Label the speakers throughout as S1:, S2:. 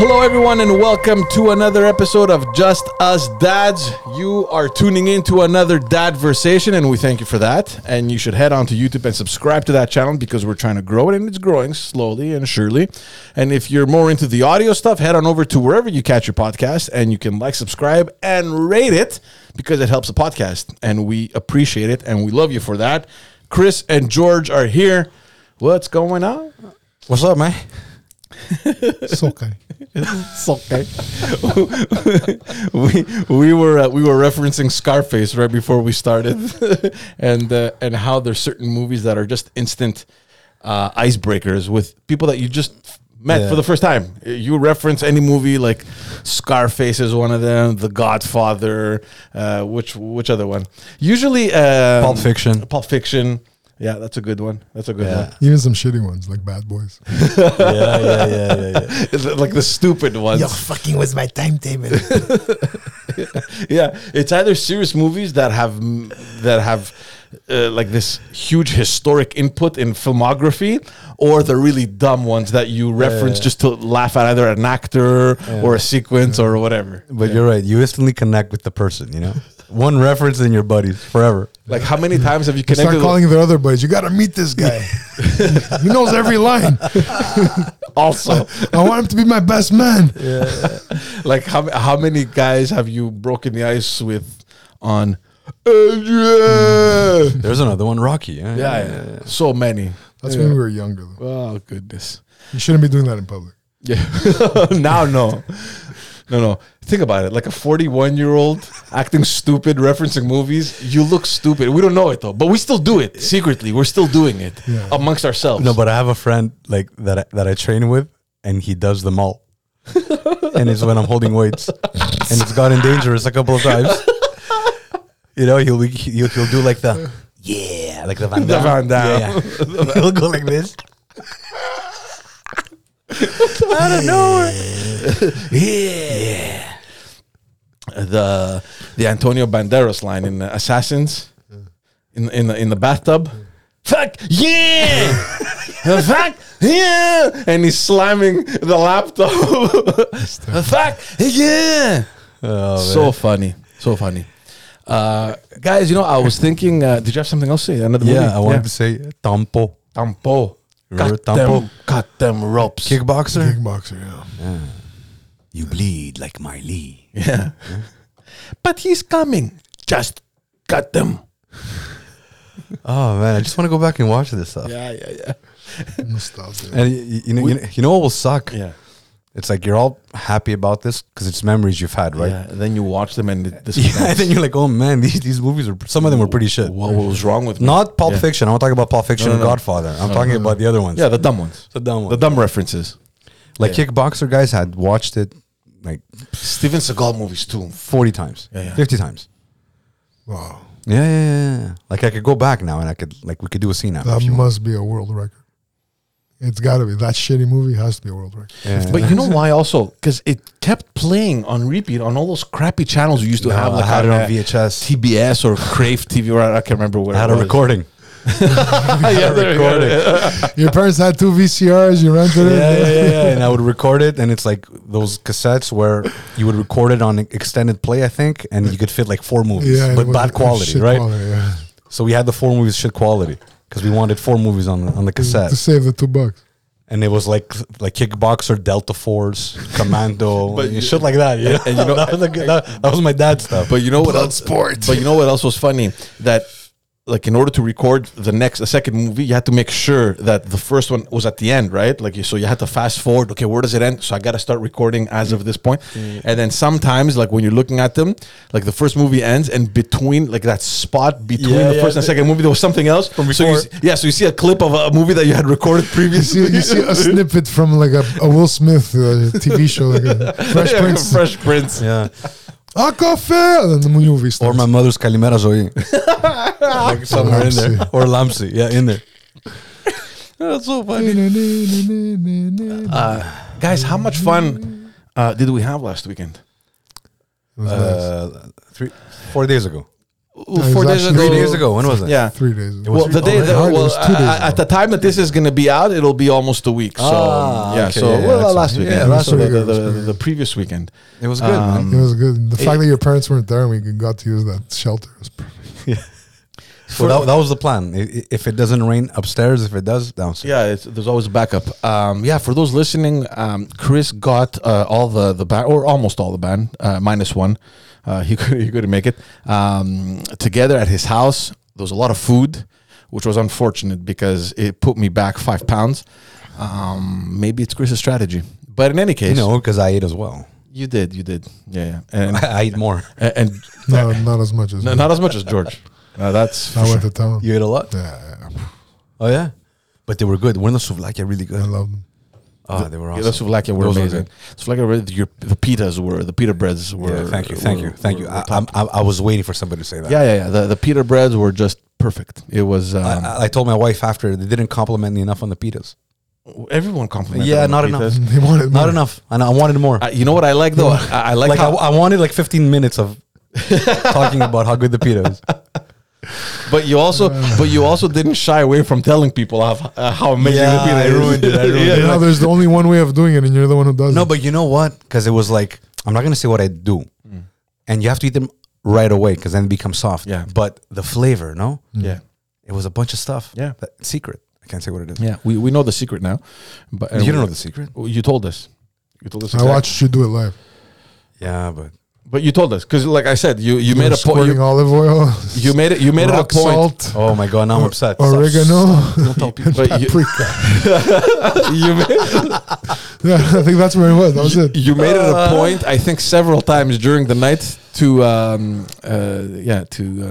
S1: Hello, everyone, and welcome to another episode of Just Us Dads. You are tuning in to another Dadversation, and we thank you for that. And you should head on to YouTube and subscribe to that channel because we're trying to grow it, and it's growing slowly and surely. And if you're more into the audio stuff, head on over to wherever you catch your podcast, and you can like, subscribe, and rate it because it helps the podcast, and we appreciate it, and we love you for that. Chris and George are here. What's going on?
S2: What's up, man?
S3: It's okay.
S2: It's okay.
S1: we we were uh, we were referencing Scarface right before we started, and uh, and how there's certain movies that are just instant uh, icebreakers with people that you just met
S2: Yeah.
S1: for the first time. You reference any movie like Scarface is one of them, The Godfather, uh, which which other one? Usually, um,
S2: Pulp Fiction.
S1: Pulp Fiction. Yeah, that's a good one. That's a good
S2: Yeah.
S1: one.
S3: Even some shitty ones like Bad Boys.
S2: Yeah, yeah, yeah, yeah, yeah.
S1: like the stupid ones.
S2: fucking was my timetable.
S1: yeah it's either serious movies that have that have uh, like this huge historic input in filmography or the really dumb ones that you reference just to laugh at either an actor or a sequence or whatever
S2: But you're right. You instantly connect with the person, you know? One reference and your buddies forever.
S1: like how many times have you
S3: You start
S1: connected
S3: calling the other boys. You got to meet this guy. he knows every line.
S1: also
S3: I want him to be my best man.
S1: like how, how many guys have you broken the ice with on yeah,
S2: There's another one, Rocky. Yeah,
S1: yeah, so many
S3: That's when we were younger. Though.
S1: oh goodness
S3: You shouldn't be doing that in public.
S1: Yeah. now no. No, no. Think about it. Like a 41 year old acting stupid, referencing movies. You look stupid. We don't know it though, but we still do it secretly. We're still doing it
S3: Yeah.
S1: amongst ourselves.
S2: No, but I have a friend like that I, that I train with, and he does them all. and it's when I'm holding weights, and it's gotten dangerous a couple of times. You know, he'll be, he'll, he'll do like the yeah, like the Van
S1: The
S2: Damme.
S1: Van Damme.
S2: Yeah, yeah. he'll go like this. I don't know. Yeah.
S1: the the Antonio Banderas line in uh, Assassins in in the, in the bathtub. Fuck yeah, fuck yeah, and he's slamming the laptop. fuck yeah, so funny, so funny. Uh, guys, you know, I was thinking. Uh, did you have something else to say? Another movie?
S2: Yeah, I wanted to say tampo
S1: Tampo.
S2: Remember
S1: Cut them,
S2: Tampo?
S1: cut them ropes.
S2: kickboxer.
S3: Kickboxer, yeah.
S2: You bleed like Miley.
S1: Yeah. But he's coming. Just cut them.
S2: Oh man, I just want to go back and watch this stuff.
S1: Yeah, yeah, yeah.
S3: Nostalgia.
S2: And you, you know, you know, you know what will suck?
S1: Yeah.
S2: It's like you're all happy about this because it's memories you've had, right?
S1: Yeah, and then you watch them and it- this
S2: Yeah, and then you're like, oh man, these, these movies are some of them were pretty shit.
S1: what, what was wrong with me?
S2: Not Pulp
S1: Yeah.
S2: Fiction. I'm not talking about Pulp Fiction
S1: No, no,
S2: and
S1: no.
S2: Godfather. I'm talking about the other ones.
S1: Yeah, the dumb ones.
S2: the dumb
S1: The
S2: ones.
S1: dumb references.
S2: like Kickboxer guys had watched it like
S1: Steven Seagal movies too.
S2: 40 times,
S1: yeah.
S2: 50 times.
S3: Wow.
S2: Yeah, yeah, yeah, yeah. Like I could go back now and I could like we could do a scene after.
S3: That
S2: if you want.
S3: must be a world record. It's got to be. That shitty movie has to be a world record.
S2: Yeah.
S1: But you know why also? Because it kept playing on repeat on all those crappy channels we used to
S2: No,
S1: have.
S2: I
S1: Like
S2: had it on
S1: uh,
S2: VHS.
S1: TBS or Crave TV, or I I can't remember where.
S2: I had
S1: it
S2: a
S1: was.
S2: recording.
S1: yeah, there you go.
S3: Your parents had two VCRs. You rented it.
S2: yeah, yeah, yeah, yeah. And I would record it, and it's like those cassettes where you would record it on extended play, I think, and you could fit like four movies,
S3: Yeah, it
S2: but
S3: was
S2: bad quality,
S3: shit
S2: right?
S3: quality, yeah.
S2: So we had the four movies shit quality because we wanted four movies on the, on the
S3: To
S2: cassette,
S3: save the two bucks.
S2: and it was like like Kickboxer, Delta Force, Commando,
S1: But
S2: and
S1: you-
S2: shit like that. Yeah,
S1: and you know-
S2: that, was the good- that- that was my dad's stuff.
S1: But you know what else?
S3: Bloodsport.
S1: But you know what else was funny? That like in order to record the next, the second movie, you had to make sure that the first one was at the end, right? Like you, so you had to fast forward. Okay, where does it end? So I got to start recording as of this point. And then sometimes, like when you're looking at them, like the first movie ends, and between like that spot between
S2: Yeah,
S1: the
S2: yeah.
S1: first and second movie, there was something else from So you,
S2: before.
S1: s- yeah, so you see a clip of a movie that you had recorded
S3: You see,
S1: previously.
S3: you see a snippet from like a, a Will Smith uh, TV show, like a Fresh
S1: Yeah,
S3: Prince.
S1: Fresh Prince.
S2: Yeah,
S3: Aquafel, and then the movie
S2: or
S3: starts.
S2: my mother's Calimera Zoe, like somewhere in there, or Lamsi, yeah, in there.
S1: That's so funny. Uh, guys, how much fun uh, did we have last weekend?
S3: It was nice.
S2: Uh, three, four days ago.
S1: four
S3: it's
S1: days ago.
S3: actually-
S2: Three days ago, when was it?
S1: Yeah.
S3: Three days. ago.
S1: Well, the day
S3: Oh,
S1: that,
S3: yeah, it
S1: well,
S3: was two days
S1: uh, at
S3: ago.
S1: the time that this is going to be out, it'll be almost a week. So
S2: Ah,
S1: yeah,
S2: okay,
S1: so
S2: yeah,
S1: well,
S2: that's
S1: last
S2: right.
S1: weekend,
S2: Yeah,
S1: so
S3: last
S1: the-
S3: weekend,
S1: the,
S3: that's
S1: the,
S3: right.
S1: the previous weekend.
S2: It was good,
S1: Um,
S3: It was good. The
S1: It-
S3: fact that your parents weren't there and we got to use that shelter was perfect.
S2: man. Well, that, that was the plan. I- i- If it doesn't rain upstairs, if it does downstairs.
S1: Yeah, it's, there's always a backup. Um, yeah, for those listening, um, Chris got uh, all the the band or almost all the band uh, minus one. Uh, he could he couldn't make it um, together at his house. There was a lot of food, which was unfortunate because it put me back five pounds. Um, maybe it's Chris's strategy, but in any case,
S2: You know, because I ate as well.
S1: you did, you did, yeah, yeah, and
S2: I ate more.
S1: and, and
S3: No, not as much as
S1: no,
S3: me.
S1: not as much as George. Uh, that's
S3: I went to town.
S2: You ate a lot.
S3: Yeah, yeah,
S2: Oh yeah, but they were good. Weren't the souvlaki really
S3: I
S2: good?
S3: love them.
S2: Oh, they were
S1: Yeah, that's
S2: awesome.
S1: Slovakia were
S2: Those were
S1: amazing. Slovakia were the, your, the pitas were the pita breads were.
S2: Yeah, thank you, thank you,
S1: were-
S2: thank
S1: were- were
S2: you. I,
S1: top.
S2: I'm- I, I was waiting for somebody to say that.
S1: yeah, yeah, yeah. The the pita breads were just perfect. It was um,
S2: I, I told my wife after they didn't compliment me enough on the pitas.
S1: everyone complimented.
S2: Yeah,
S1: on the
S2: not
S1: pitas.
S2: enough.
S3: They wanted
S2: Not
S3: more.
S2: enough, and I wanted more.
S1: I, you know what I like though? I, I like,
S2: like I,
S1: how,
S2: I wanted like 15 minutes of talking about how good the pita is.
S1: but you also, but you also didn't shy away from telling people how uh, how amazing
S2: Yeah,
S1: the pita
S2: I
S1: is.
S2: ruined it, I
S1: yeah,
S2: ruined it.
S1: yeah.
S3: Now there's the only one way of doing it, and you're the one who does
S2: No,
S3: it.
S2: but you know what? Because it was like I'm not gonna say what I do, and you have to eat them right away because then it becomes soft.
S1: Yeah.
S2: But the flavor, no,
S1: yeah,
S2: it was a bunch of stuff.
S1: Yeah.
S2: That- secret. I can't say what it is.
S1: yeah. We we know the secret now, but uh,
S2: You don't know the secret.
S1: You told us. You told us.
S3: I
S1: exactly-
S3: watched you do it live.
S2: Yeah, but
S1: but you told us because, like I said, you you
S3: You
S1: made a
S3: were
S1: point.
S3: squirting
S1: You,
S3: olive oil.
S1: you made it. You made it a
S3: rock
S1: point.
S3: Salt,
S2: oh my god, now I'm upset. Stop,
S3: oregano.
S2: stop. Don't tell people.
S1: But you,
S3: paprika.
S1: you made,
S3: yeah, I think that's where it was. That was it.
S1: you made it
S2: Uh.
S1: a point, I think, several times during the night to, um, uh, yeah, to uh,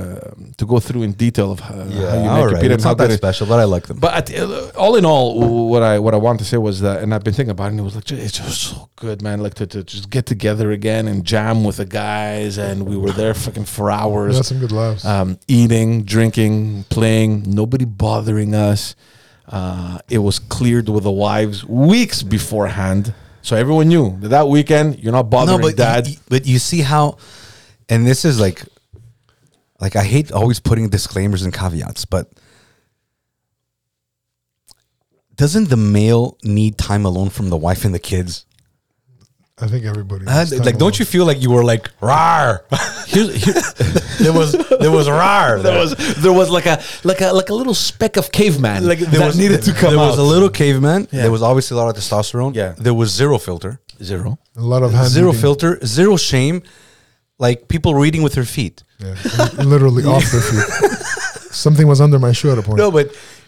S1: to go through in detail of uh, how,
S2: Yeah,
S1: how you
S2: all
S1: make
S2: right.
S1: your pita and
S2: It's
S1: how
S2: not that
S1: good it.
S2: special, but I like them.
S1: But at, uh, all in all, w- what I what I wanted to say was that, and I've been thinking about it, and it was like "Ju- it's just so good, man. Like to, to just get together again and jam with the guys, and we were there fucking for
S3: We
S1: hours
S3: had some good laughs.
S1: um, eating, drinking, playing, nobody bothering us. Uh, it was cleared with the wives weeks beforehand. So everyone knew that, that weekend you're not bothering
S2: but
S1: dad.
S2: You, but you see how, and this is like, like I hate always putting disclaimers and caveats, but doesn't the male need time alone from the wife and the kids?
S3: I think everybody.
S2: Huh?
S3: was
S2: Uh, like, don't you feel like you were like rar?
S1: Here's- here-
S2: there was there was rar.
S1: there was there was like a like a like a little speck of caveman
S2: like there
S1: that
S2: was
S1: needed to come
S2: There
S1: out.
S2: was a little caveman. There was obviously a lot of testosterone.
S1: Yeah.
S2: There was zero filter.
S1: zero.
S3: A lot of hand
S2: zero
S3: eating.
S2: filter, zero shame, like people reading with their feet.
S3: Yeah, literally off their feet. Something was under my shoe at a point.
S2: No, but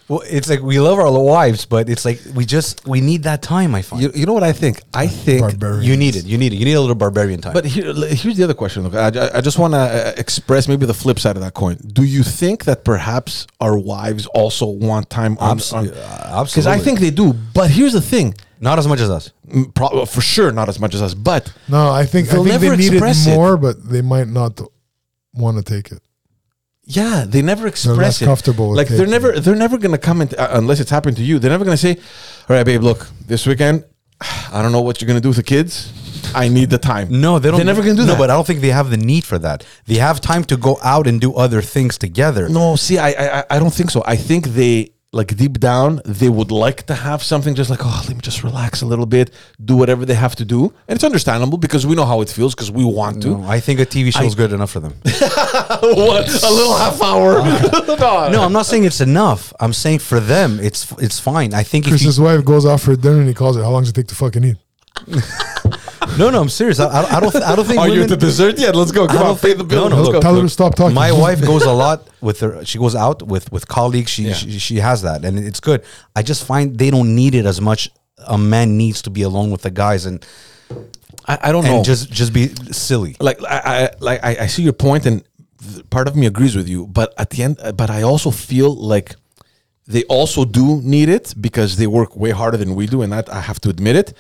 S2: well, it's like we love our wives, but it's like we just we need that time. I find you,
S1: You, you know what I think? I think
S3: Barbarians.
S2: need it. You need it. You need a little barbarian time.
S1: But here, here's the other question. Look, I, I just want to express maybe the flip side of that coin. Do you think that perhaps our wives also want time on?
S2: Abs-
S1: on-
S2: uh,
S1: Because I
S2: absolutely.
S1: think they do. But here's the thing.
S2: not as much as us.
S1: Mm, Pro- for sure, not as much as us. But
S3: No, I think I
S1: They'll
S3: think they
S1: never
S3: need
S1: express
S3: it
S1: it.
S3: more, but they might not want to take it.
S1: yeah, they never express
S3: less
S1: it.
S3: comfortable with
S1: Like they're
S3: taking
S1: never, they're never gonna come and uh, unless it's happened to you. They're never gonna say, "All right, babe, look, this weekend, I don't know what you're gonna do with the kids. I need the time."
S2: No, they don't.
S1: They're never gonna do
S2: no,
S1: that.
S2: but I don't think they have the need for that. They have time to go out and do other things together.
S1: No, see, I, I, I- I don't think so. I think they like deep down they would like to have something just like, oh, let me just relax a little bit, do whatever they have to do, and it's understandable because we know how it feels because we want to.
S2: No, I think a TV show is good enough for them.
S1: what a little half hour. no,
S2: no, I'm not saying it's enough. I'm saying for them, it's it's fine. I think if you,
S3: Chris's wife goes out for dinner and he calls her. How long does it take to fucking eat?
S2: no, no, I'm serious. I, I, I don't. I don't think
S1: Are you
S2: women-
S1: at the dessert yet? Let's go. Come
S2: don't
S1: on, pay
S2: think-
S1: the bill.
S2: no, no,
S1: Let's
S2: look,
S1: go.
S3: Tell her to stop talking.
S2: My wife goes a lot with her. She goes out with with colleagues. She, she she has that, and it's good. I just find they don't need it as much. A man needs to be alone with the guys and
S1: I, I don't
S2: and
S1: know.
S2: just just be silly.
S1: like I, I like I, I see your point, and th- part of me agrees with you. But at the end, uh, but I also feel like they also do need it because they work way harder than we do, and that I have to admit it.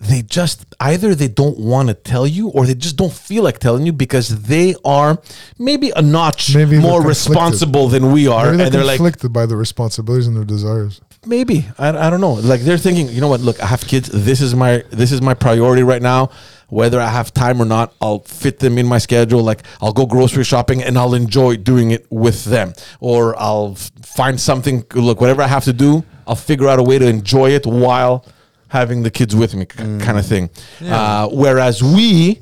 S1: They just either they don't want to tell you, or they just don't feel like telling you because they are maybe a notch
S3: Maybe they're
S1: more
S3: conflicted.
S1: responsible than we are,
S3: Maybe they're
S1: and they're like,
S3: conflicted by the responsibilities and their desires.
S1: maybe I, I don't know like they're thinking you know what look i have kids this is my this is my priority right now whether I have time or not, I'll fit them in my schedule. Like I'll go grocery shopping and I'll enjoy doing it with them, or I'll f- find something. Look, whatever I have to do, I'll figure out a way to enjoy it while having the kids with me, kind of thing. Uh, whereas we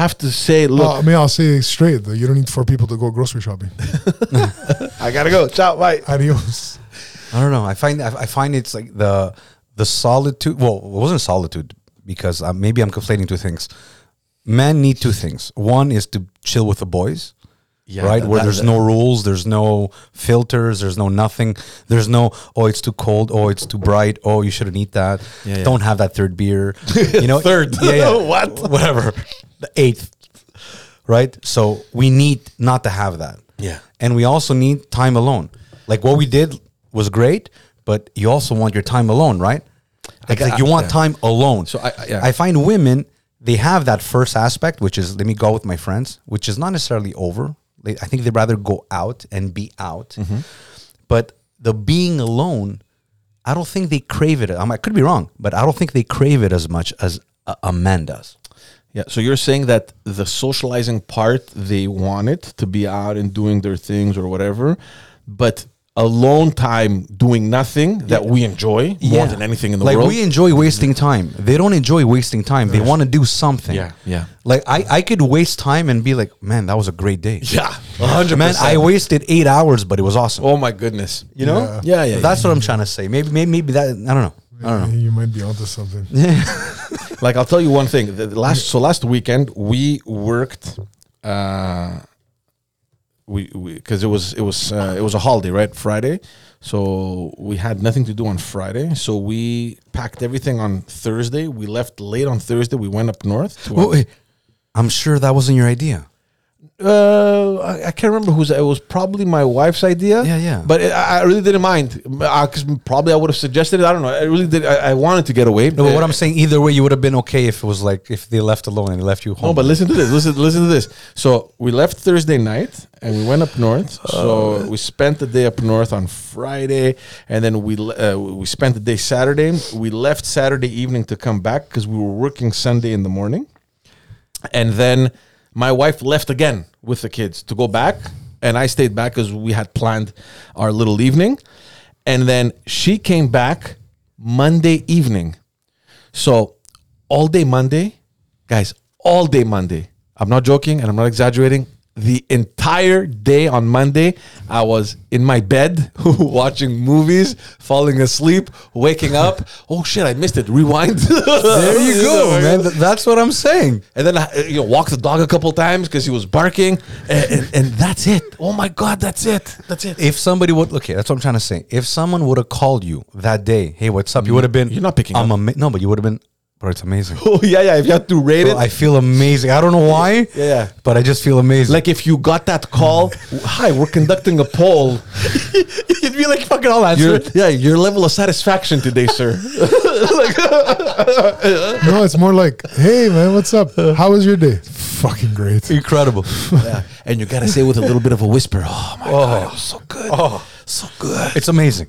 S1: have to say,
S3: Well,
S1: look,
S3: I mean, I'll say it straight. though, You don't need four people to go grocery shopping.
S1: I gotta go. Ciao, bye.
S3: Adios.
S2: I don't know. I find I, I find it's like the the solitude. Well, it wasn't solitude because uh, maybe I'm conflating two things. Men need two things. One is to chill with the boys,
S1: Yeah,
S2: right?
S1: that-
S2: Where
S1: that-
S2: there's
S1: that-
S2: no rules, there's no filters, there's no nothing. There's no oh, it's too cold. Oh, it's too bright. Oh, you shouldn't eat that.
S1: Yeah, yeah.
S2: Don't have that third beer. You know,
S1: Third.
S2: Yeah, yeah.
S1: What?
S2: Whatever. The eighth. Right. So we need not to have that
S1: Yeah.
S2: and we also need time alone. Like what we did was great, but you also want your time alone, right? Like,
S1: got-
S2: like you want
S1: yeah.
S2: time alone.
S1: So I- I- yeah.
S2: I find women they have that first aspect, which is let me go with my friends, which is not necessarily over. They, I think they'd rather go out and be out,
S1: Mm-hmm.
S2: but the being alone, I don't think they crave it. I'm, I could be wrong, but I don't think they crave it as much as a, a man does.
S1: Yeah, so you're saying that the socializing part they want it to be out and doing their things or whatever, but alone time doing nothing that we enjoy more than anything in the
S2: like
S1: world.
S2: we enjoy wasting time. They don't enjoy wasting time. They want to do something.
S1: Yeah, yeah.
S2: Like I, I could waste time and be like, man, that was a great day.
S1: yeah, hundred
S2: Man, I
S1: percent.
S2: wasted eight hours, but it was awesome.
S1: Oh my goodness,
S2: you know?
S1: Yeah, yeah. yeah.
S2: That's what I'm trying to say. Maybe, maybe, maybe that. I don't know. I don't know.
S3: You might be onto something.
S1: like I'll tell you one thing. The the last so last weekend we worked. Uh, we because it was it was uh, it was a holiday right Friday, so we had nothing to do on Friday. So we packed everything on Thursday. We left late on Thursday. We went up north. To
S2: Well, I'm sure that wasn't your idea.
S1: uh, I, I can't remember whose. It was probably my wife's idea.
S2: Yeah, yeah.
S1: But it, I I really didn't mind. I, 'cause probably I would have suggested it. I don't know. I really did. I, I wanted to get away.
S2: No, but what
S1: Uh,
S2: I'm saying, either way, you would have been okay if it was like if they left alone and left you home.
S1: No, but listen to this. Listen, listen to this. So we left Thursday night and we went up north. So we spent the day up north on Friday, and then we le- uh, we spent the day Saturday. We left Saturday evening to come back because we were working Sunday in the morning, and then my wife left again with the kids to go back, and I stayed back because we had planned our little evening, and then she came back Monday evening. So all day Monday, guys, all day Monday. I'm not joking and I'm not exaggerating. The entire day on Monday, I was in my bed watching movies, falling asleep, waking up. Oh shit, I missed it. Rewind.
S2: there you go, man. Th- That's what I'm saying.
S1: And then I, you know, walked the dog a couple times because he was barking, and, and, and that's it. Oh my god, that's it. That's it.
S2: If somebody would okay, that's what I'm trying to say. If someone would have called you that day, hey, what's up? You would have been.
S1: You're not picking
S2: I'm
S1: up.
S2: ama- no, but you would have been. Bro, it's amazing.
S1: Oh yeah, yeah. If you had to rate
S2: Bro,
S1: it,
S2: I feel amazing. I don't know why.
S1: Yeah, yeah.
S2: But I just feel amazing.
S1: like if you got that call, hi, we're conducting a poll.
S2: you'd be like, fucking, I'll answer
S1: Your, yeah, your level of satisfaction today, sir.
S3: No, it's more like, hey, man, what's up? How was your day? Fucking great.
S2: Incredible.
S1: Yeah. And you gotta say with a little bit of a whisper, "Oh my god, it was so good,
S2: Oh.
S1: so good."
S2: It's amazing.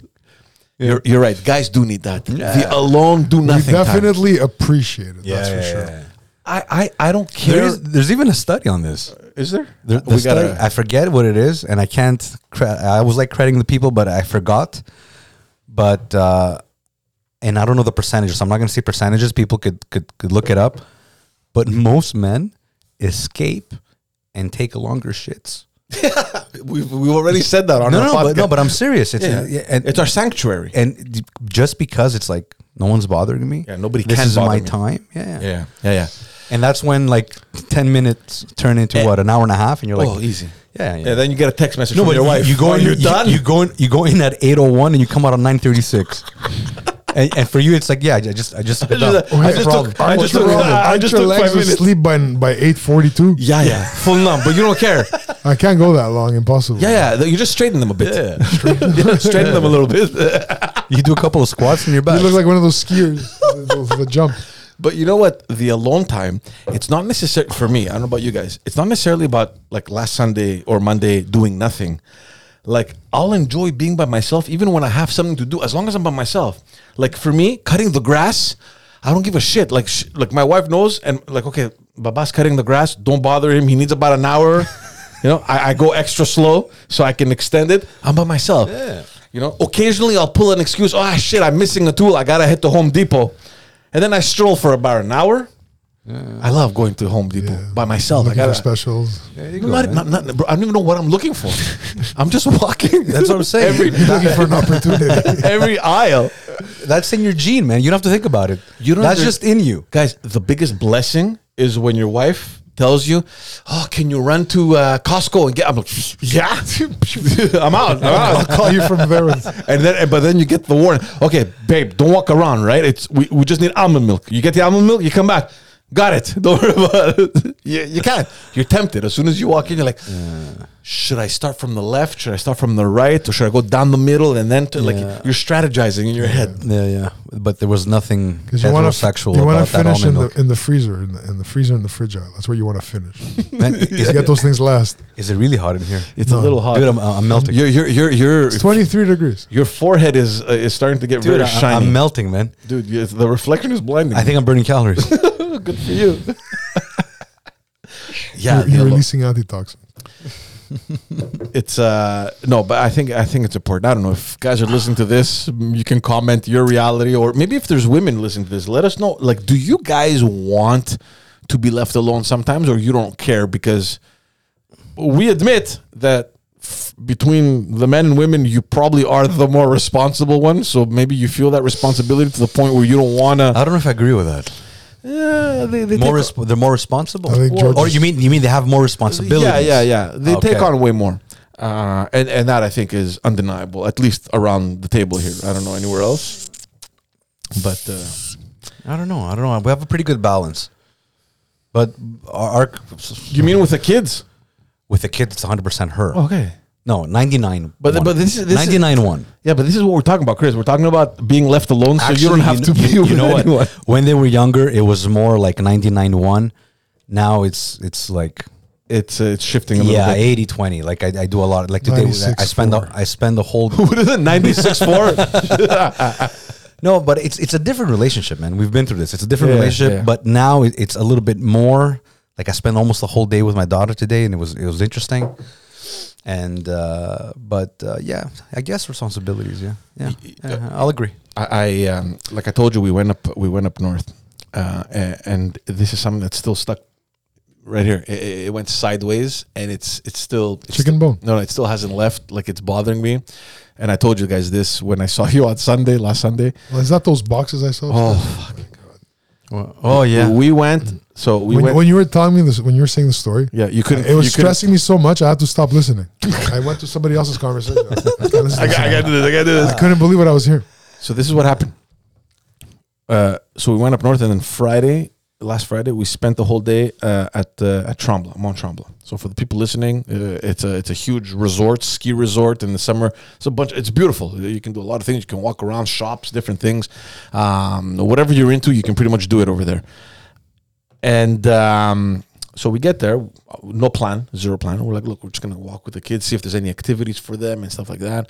S1: You're, you're right. Guys do need that. The alone do
S3: We
S1: nothing. Definitely.
S3: definitely appreciate it. that's for sure.
S1: I, I I don't care.
S2: There is, there's even a study on this.
S1: is there?
S2: There- the
S1: we gotta.
S2: study- I forget what it is, and I can't. Cre- I was like crediting the people, but I forgot. But uh, and I don't know the percentages. So I'm not going to say percentages. People could, could could look it up. But most men escape and take longer shits.
S1: we we already said that on
S2: No,
S1: our
S2: no,
S1: podcast.
S2: but, no. But I'm serious. It's
S1: yeah.
S2: yeah, and,
S1: it's our sanctuary.
S2: and d- just because it's like no one's bothering me.
S1: Yeah, nobody
S2: this
S1: can
S2: is
S1: bother
S2: my
S1: me.
S2: time. Yeah.
S1: yeah, yeah, yeah.
S2: And that's when like ten minutes turn into
S1: Eh.
S2: what an hour and a half, and you're like,
S1: oh, easy.
S2: yeah, yeah.
S1: Yeah. Then you get a text message
S2: No,
S1: from
S2: but
S1: your
S2: you-
S1: wife.
S2: You go in.
S1: You're
S2: You,
S1: done.
S2: you go in. You go in at eight oh one, and you come out at nine thirty six. and, and for you, it's like, yeah, I just, I just,
S1: just-
S2: I
S1: I just took- I just
S3: What's
S1: took-
S3: wrong?
S1: I just
S3: Aren't your
S1: took five
S3: legs
S1: minutes.
S3: asleep by by eight forty two.
S1: yeah, yeah. Full numb, but you don't care.
S3: I can't go that long. Impossible.
S1: Yeah, yeah. You just straighten them a bit. straighten them a little bit.
S2: you do a couple of squats in your
S3: You
S2: back.
S3: look like one of those skiers. the, the jump.
S1: But you know what? The alone time, it's not necessary for me. I don't know about you guys. It's not necessarily about like last Sunday or Monday doing nothing. Like I'll enjoy being by myself even when I have something to do as long as I'm by myself. Like for me, cutting the grass, I don't give a shit. Like, sh- like my wife knows, and like, okay, Baba's cutting the grass. Don't bother him. He needs about an hour. you know, I, I go extra slow so I can extend it. I'm by myself.
S2: Yeah.
S1: You know, occasionally I'll pull an excuse. Oh shit, I'm missing a tool. I gotta hit the Home Depot, and then I stroll for about an hour. I love going to Home Depot by
S2: Oh
S1: myself. I
S3: Looking for
S1: gotta.
S3: specials.
S2: There you
S1: No,
S2: go,
S1: not-
S2: man.
S1: not- not- bro, I don't even know what I'm looking for. I'm just walking.
S2: That's what I'm saying.
S1: Every,
S3: Looking for an opportunity.
S1: every aisle.
S2: That's in your gene, man. You don't have to think about it.
S1: You don't
S2: That's
S1: under-
S2: just in you.
S1: Guys, the biggest blessing is when your wife tells you, "Oh, can you run to uh, Costco and get?" I'm like, "Yeah, I'm out. I'm
S3: I'll
S1: out."
S3: call you from there.
S1: And then, but then you get the warning. Okay, babe, don't walk around. Right? It's we, we just need almond milk. You get the almond milk, you come back. Got it. Don't worry about it. You, you can't. You're tempted. As soon as you walk in, you're like, should I start from the left? Should I start from the right? Or should I go down the middle and then to, like
S2: Yeah.
S1: you're strategizing in your head?
S2: Yeah, yeah. But there was nothing
S3: Because you want to
S2: heterosexual
S3: You want
S2: about
S3: to
S2: that
S3: finish
S2: almond
S3: in
S2: milk.
S3: the, in the freezer, in the, in the freezer, in the fridge aisle. That's where you want to finish.
S2: Man, is,
S3: You get those things last.
S2: is it really hot in here?
S1: It's a
S3: No.
S1: little hot.
S2: Dude, I'm, I'm melting.
S1: Your your your your
S3: It's 23 degrees.
S1: your forehead is uh, is starting to get
S2: Dude,
S1: very
S2: I,
S1: shiny.
S2: am melting, man.
S1: Dude, you- the reflection is blinding.
S2: I think I'm burning calories.
S1: good for you. yeah,
S3: You're, you're
S1: the-
S3: releasing antitoxin.
S1: it's uh no, but I think I think it's important. I don't know if guys are listening to this, mm, you can comment your reality, or maybe if there's women listening to this, let us know. Like, do you guys want to be left alone sometimes, or you don't care because we admit that f- between the men and women, you probably are the more responsible one. So maybe you feel that responsibility to the point where you don't want to.
S2: I don't know if I agree with that.
S1: Yeah, Eh, they, they
S2: More
S1: take-
S2: resp- they're more responsible.
S3: I think Well- George
S2: or
S3: is-
S2: you mean you mean they have more responsibility?
S1: Yeah, yeah, yeah. They
S2: Okay.
S1: take on way more, uh, and and that I think is undeniable. At least around the table here. I don't know anywhere else, but uh,
S2: I don't know. I don't know. We have a pretty good balance, but our, our
S1: you mean with the kids?
S2: with the kid, it's 100 percent her.
S1: Okay.
S2: No, 99.
S1: Oh. But-
S2: one.
S1: but this is- this is-
S2: 99 one.
S1: Yeah, but this is what we're talking about, Chris. We're talking about being left alone, so you don't have to
S2: kn-
S1: be with anyone.
S2: What? When they were younger, it was more like 99 one. Now it's it's like
S1: It's uh, it's shifting a little
S2: yeah
S1: bit.
S2: 80 20 like I, I do a lot like today I
S3: 96,
S2: spend the,
S3: four.
S2: I spend the whole
S1: What is it? Ninety six four.
S2: No, but it's it's a different relationship, man. We've been through this. It's a different
S1: Yeah,
S2: relationship,
S1: yeah.
S2: but now it, it's a little bit more. Like I spent almost the whole day with my daughter today, and it was it was interesting. And uh, but uh, yeah, I guess responsibilities. Yeah, yeah,
S1: uh,
S2: yeah, I'll agree.
S1: I, I um, like I told you, we went up, we went up north, uh, and, and this is something that's still stuck right here. It, it- it went sideways, and it's it's still it's
S3: Chicken
S1: sti-
S3: bone.
S1: No, no, it still hasn't left. Like it's bothering me. And I told you guys this when I saw you on Sunday, last Sunday.
S3: Well, is that those boxes I saw?
S2: oh yeah,
S1: we went. So we
S3: when,
S1: went.
S3: when you were telling me this, when you were saying the story,
S1: yeah, you couldn't.
S3: it was
S1: you couldn't-
S3: stressing me so much. I had to stop listening. I went to somebody else's conversation. I, can't listen to
S1: I,
S3: this
S1: got, I
S3: anymore.
S1: got to do this. I got to do this.
S3: I couldn't believe what I was hearing.
S1: So this is what happened. Uh, so we went up north, and then Friday, last Friday, we spent the whole day uh, at uh, at Trembla, Mont Trembla. So for the people listening, uh, it's a it's a huge resort, ski resort in the summer. It's a bunch. It's beautiful. You can do a lot of things. You can walk around, shops, different things. Um, whatever you're into, you can pretty much do it over there. And um, so we get there, no plan, zero plan. We're like, look, we're just gonna walk with the kids, see if there's any activities for them and stuff like that.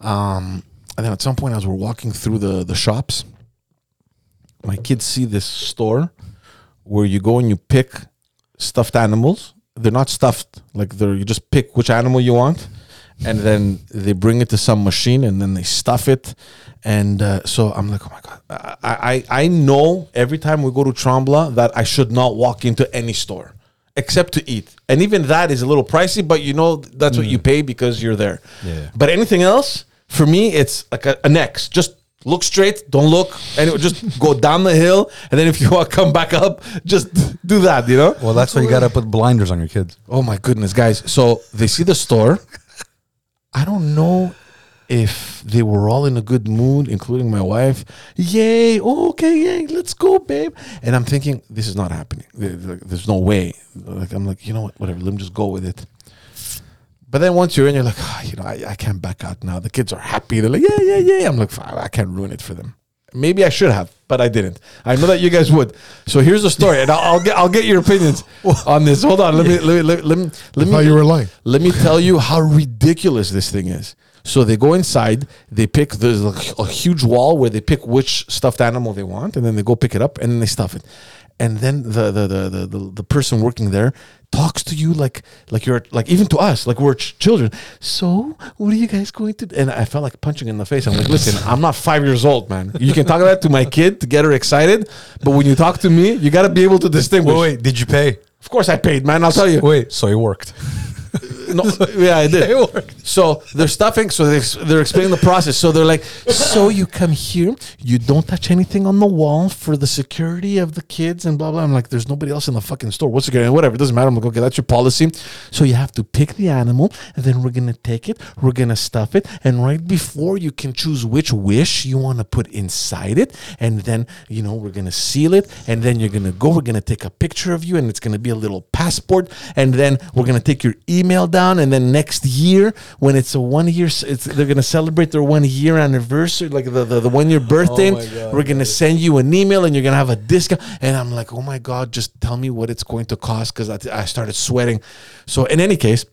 S1: Um, and then at some point, as we're walking through the the shops, my kids see this store where you go and you pick stuffed animals. They're not stuffed, like they're you just pick which animal you want, and then they bring it to some machine and then they stuff it. And uh, so I'm like, oh my god, I, I I know every time we go to Trembla that I should not walk into any store except to eat, and even that is a little pricey, but you know that's what you pay because you're there.
S2: Yeah.
S1: But anything else, for me, it's like a, an X. Just look straight, don't look, and it would just go down the hill. And then if you want to come back up, just do that, you know?
S2: Well, that's why you gotta put blinders on your kids.
S1: Oh my goodness, guys. So they see the store. I don't know if they were all in a good mood, including my wife. Yay. Oh, okay. Yay. Let's go, babe. And I'm thinking, this is not happening. There- there- There's no way. Like, I'm like, you know what? Whatever. Let me just go with it. But then once you're in, you're like, ah, you know, I, I can't back out now. The kids are happy. They're like, yeah, yeah, yeah. I'm like, "Fuck, I can't ruin it for them. Maybe I should have, but I didn't. I know that you guys would. So here's the story, and I'll, I'll get I'll get your opinions on this. Hold on, let me let me let me let me,
S3: I thought you were lying.
S1: let me tell you how ridiculous this thing is. So they go inside. They pick there's a, a huge wall where they pick which stuffed animal they want, and then they go pick it up and then they stuff it. And then the the the the, the, the person working there talks to you like like you're like even to us like we're ch- children. So what are you guys going to? do? And I felt like punching in the face. I'm like, listen, I'm not five years old, man. You can talk that to my kid to get her excited, but when you talk to me, you got to be able to distinguish.
S2: Wait, wait, did you pay?
S1: Of course, I paid, man. I'll tell you.
S2: Wait, so it worked.
S1: No, yeah, I did.
S2: It worked.
S1: So they're stuffing. So they, they're explaining the process. So they're like, so you come here, you don't touch anything on the wall for the security of the kids and blah blah. I'm like, there's nobody else in the fucking store. What's security? Whatever. It doesn't matter. I'm like, okay, that's your policy. So you have to pick the animal, and then we're gonna take it, we're gonna stuff it, and right before you can choose which wish you want to put inside it, and then you know we're gonna seal it, and then you're gonna go. We're gonna take a picture of you, and it's gonna be a little passport, and then we're gonna take your email down, and then next year when it's a one year, s- it's, they're gonna celebrate their one year anniversary, like the the, the one year birthday.
S2: Oh my God.
S1: we're gonna send you an email, and you're gonna have a discount. And I'm like, oh my god, just tell me what it's going to cost, because I, I started sweating. So in any case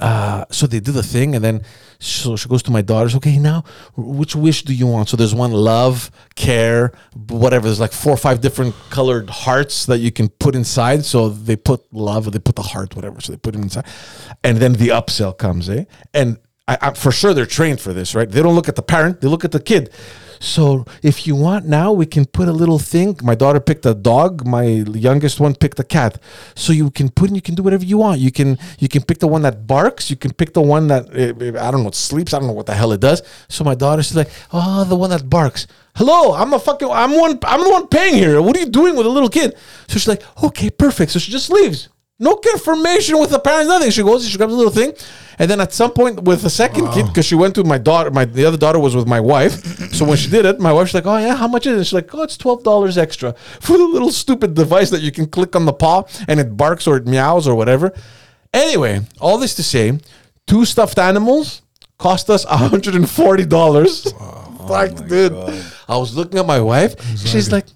S1: uh, so they do the thing, and then so she goes to my daughters. Okay, now which wish do you want? So there's one love, care, b- whatever. There's like four or five different colored hearts that you can put inside. So they put love, or they put the heart, whatever. So they put it inside, and then the upsell comes, eh? And I, I, for sure they're trained for this, right? They don't look at the parent; they look at the kid. So if you want now, we can put a little thing. My daughter picked a dog. My youngest one picked a cat. So you can put and you can do whatever you want. You can you can pick the one that barks. You can pick the one that uh, uh, I don't know sleeps. I don't know what the hell it does. So my daughter she's like, oh, the one that barks. Hello, I'm a fucking I'm one I'm the one paying here. What are you doing with a little kid? So she's like, okay, perfect. So she just leaves. No confirmation with the parents, nothing. She goes, she grabs a little thing, and then at some point with the second kid, because she went to my daughter, my the other daughter was with my wife. So when she did it, my wife's like, "Oh yeah, how much is it?" She's like, "Oh, it's twelve dollars extra for the little stupid device that you can click on the paw and it barks or it meows or whatever." Anyway, all this to say, two stuffed animals cost us hundred and forty dollars. like, dude, I was looking at my wife. She's like,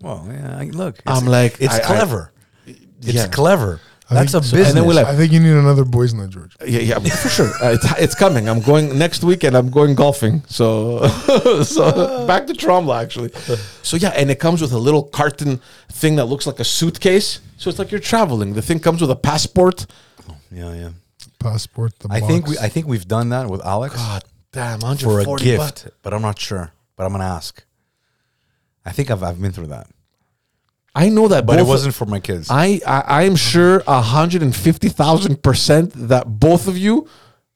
S2: Well, yeah, I- look, it's,
S1: I'm like,
S2: it's
S1: I- I-
S2: clever. it's
S1: Yeah.
S2: clever.
S3: I
S2: That's a
S3: think-
S2: business.
S1: and then we like-
S3: I think you need another boys' night, George.
S1: Yeah, yeah, for sure. Uh, it's, it's coming. I'm going next weekend. I'm going golfing. So, so back to Tromla actually. So yeah, and it comes with a little carton thing that looks like a suitcase. So it's like you're traveling. The thing comes with a passport.
S2: yeah, yeah.
S3: Passport. The
S2: I think
S3: box.
S2: we, I think we've done that with Alex
S1: God damn,
S2: for a
S1: 140
S2: gift,
S1: bucks.
S2: but I'm not sure. But I'm gonna ask. I think I've I've been through that,
S1: I know that,
S2: but
S1: both
S2: it wasn't for my kids.
S1: I, I I'm sure hundred and fifty thousand percent that both of you,